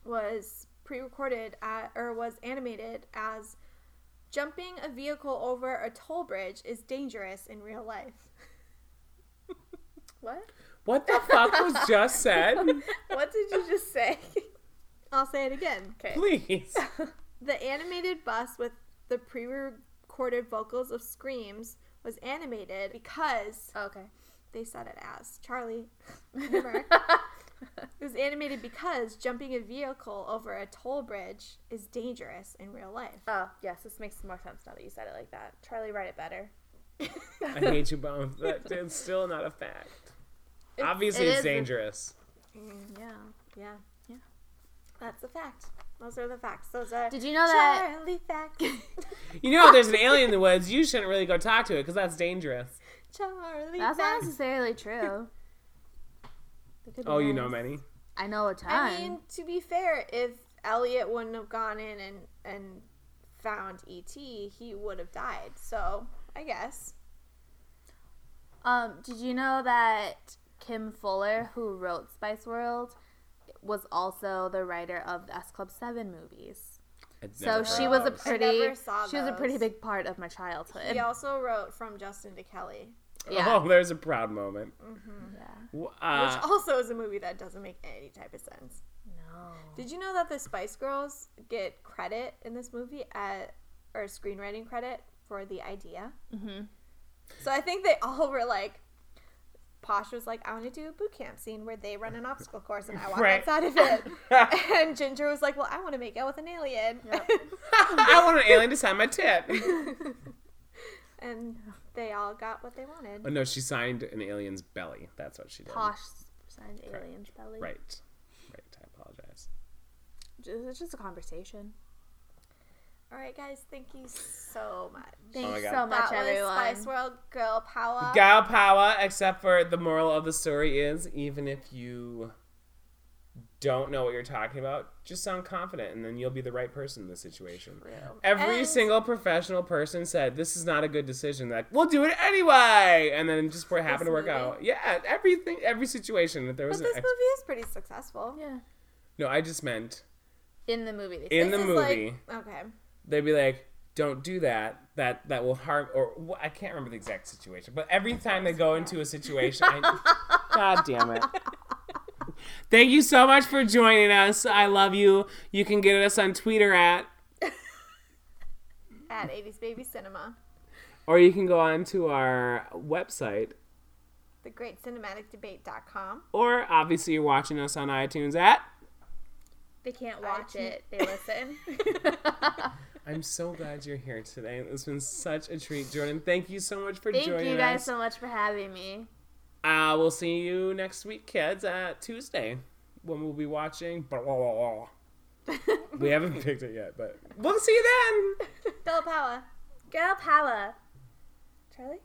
Speaker 1: was pre-recorded at, or was animated as jumping a vehicle over a toll bridge is dangerous in real life.
Speaker 3: what?
Speaker 2: What the fuck was just said?
Speaker 3: What did you just say?
Speaker 1: I'll say it again.
Speaker 3: Okay.
Speaker 2: Please.
Speaker 1: The animated bus with the pre-recorded vocals of screams was animated because
Speaker 3: Oh, Okay.
Speaker 1: they said it as Charlie. Remember? it was animated because jumping a vehicle over a toll bridge is dangerous in real life.
Speaker 3: Oh, yes, this makes more sense now that you said it like that. Charlie, write it better.
Speaker 2: I hate you both. That, that's still not a fact. Obviously,
Speaker 3: it
Speaker 2: it's
Speaker 3: is a-
Speaker 2: dangerous.
Speaker 1: yeah, yeah,
Speaker 3: Yeah.
Speaker 1: That's a fact. Those are the facts. Those are
Speaker 3: Did you know that?
Speaker 1: Charlie facts.
Speaker 2: You know, if there's an alien in the woods, you shouldn't really go talk to it because that's dangerous.
Speaker 1: Charlie
Speaker 3: That's not
Speaker 1: facts.
Speaker 3: necessarily true. They could be
Speaker 2: Oh, you know
Speaker 3: nice.
Speaker 2: many.
Speaker 3: I know a ton.
Speaker 1: I mean, to be fair, if Elliot wouldn't have gone in and and found ET, he would have died. So I guess.
Speaker 3: Um, did you know that Kim Fuller, who wrote Spice World, was also the writer of the S Club Seven movies? So she was a pretty
Speaker 1: never saw
Speaker 3: she was a pretty
Speaker 1: those.
Speaker 3: big part of my childhood.
Speaker 1: He also wrote from Justin to Kelly,
Speaker 3: Yeah. Mm-hmm.
Speaker 2: Oh, there's a proud moment.
Speaker 3: Yeah.
Speaker 2: Wh-
Speaker 1: which
Speaker 2: Uh,
Speaker 1: also is a movie that doesn't make any type of sense.
Speaker 3: No.
Speaker 1: Did you know that the Spice Girls get credit in this movie at or screenwriting credit for the idea?
Speaker 3: Mhm.
Speaker 1: So I think they all were like, Posh was like, I want to do a boot camp scene where they run an obstacle course and I walk
Speaker 2: Right.
Speaker 1: outside of it. and Ginger was like, Well, I want to make out with an alien.
Speaker 2: I want an alien to sign my tip.
Speaker 1: and they all got what they
Speaker 2: Oh,
Speaker 1: wanted.
Speaker 2: no, she signed an alien's belly. That's what she did.
Speaker 3: Posh signed Alien's Belly.
Speaker 2: Right. Right. I apologize.
Speaker 3: Ju- It's just a conversation.
Speaker 1: All right, guys, thank you so much.
Speaker 3: Thanks
Speaker 2: Oh God.
Speaker 3: so much,
Speaker 1: that was
Speaker 3: everyone.
Speaker 1: Spice World Girl Power.
Speaker 2: Gal power, except for the moral of the story is even if you don't know what you're talking about, just sound confident and then you'll be the right person in the situation. Every
Speaker 1: And-
Speaker 2: single professional person said, This is not a good decision. That we'll do it anyway. And then just for it happened to work
Speaker 1: movie.
Speaker 2: out. Yeah, everything, every situation. If there
Speaker 1: But
Speaker 2: was
Speaker 1: this
Speaker 2: an
Speaker 1: movie
Speaker 2: ex-
Speaker 1: is pretty successful.
Speaker 3: Yeah.
Speaker 2: No, I just meant
Speaker 3: In the movie. They said.
Speaker 2: in
Speaker 1: This
Speaker 2: the
Speaker 1: is like-
Speaker 2: movie,
Speaker 1: okay.
Speaker 2: they'd be like, Don't do that. That that will harm, or wh- I can't remember the exact situation, but every time they go into a situation, I, God damn it. Thank you so much for joining us. I love you. You can get us on Twitter at,
Speaker 1: At 80s Baby Cinema,
Speaker 2: or you can go on to our website
Speaker 1: thegreatcinematicdebate.com.
Speaker 2: or obviously you're watching us on iTunes at.
Speaker 3: They can't
Speaker 1: watch it,
Speaker 3: They listen.
Speaker 2: I'm so glad you're here today. It's been such a treat, Jordan. Thank you so much for
Speaker 3: Thank
Speaker 2: joining
Speaker 3: you guys
Speaker 2: us.
Speaker 3: so much for having me.
Speaker 2: Uh, we'll see you next week, kids, at Tuesday when we'll be watching. Blah, blah, blah, blah. we haven't picked it yet, but we'll see you then.
Speaker 1: Bill Power.
Speaker 3: Girl power. Charlie?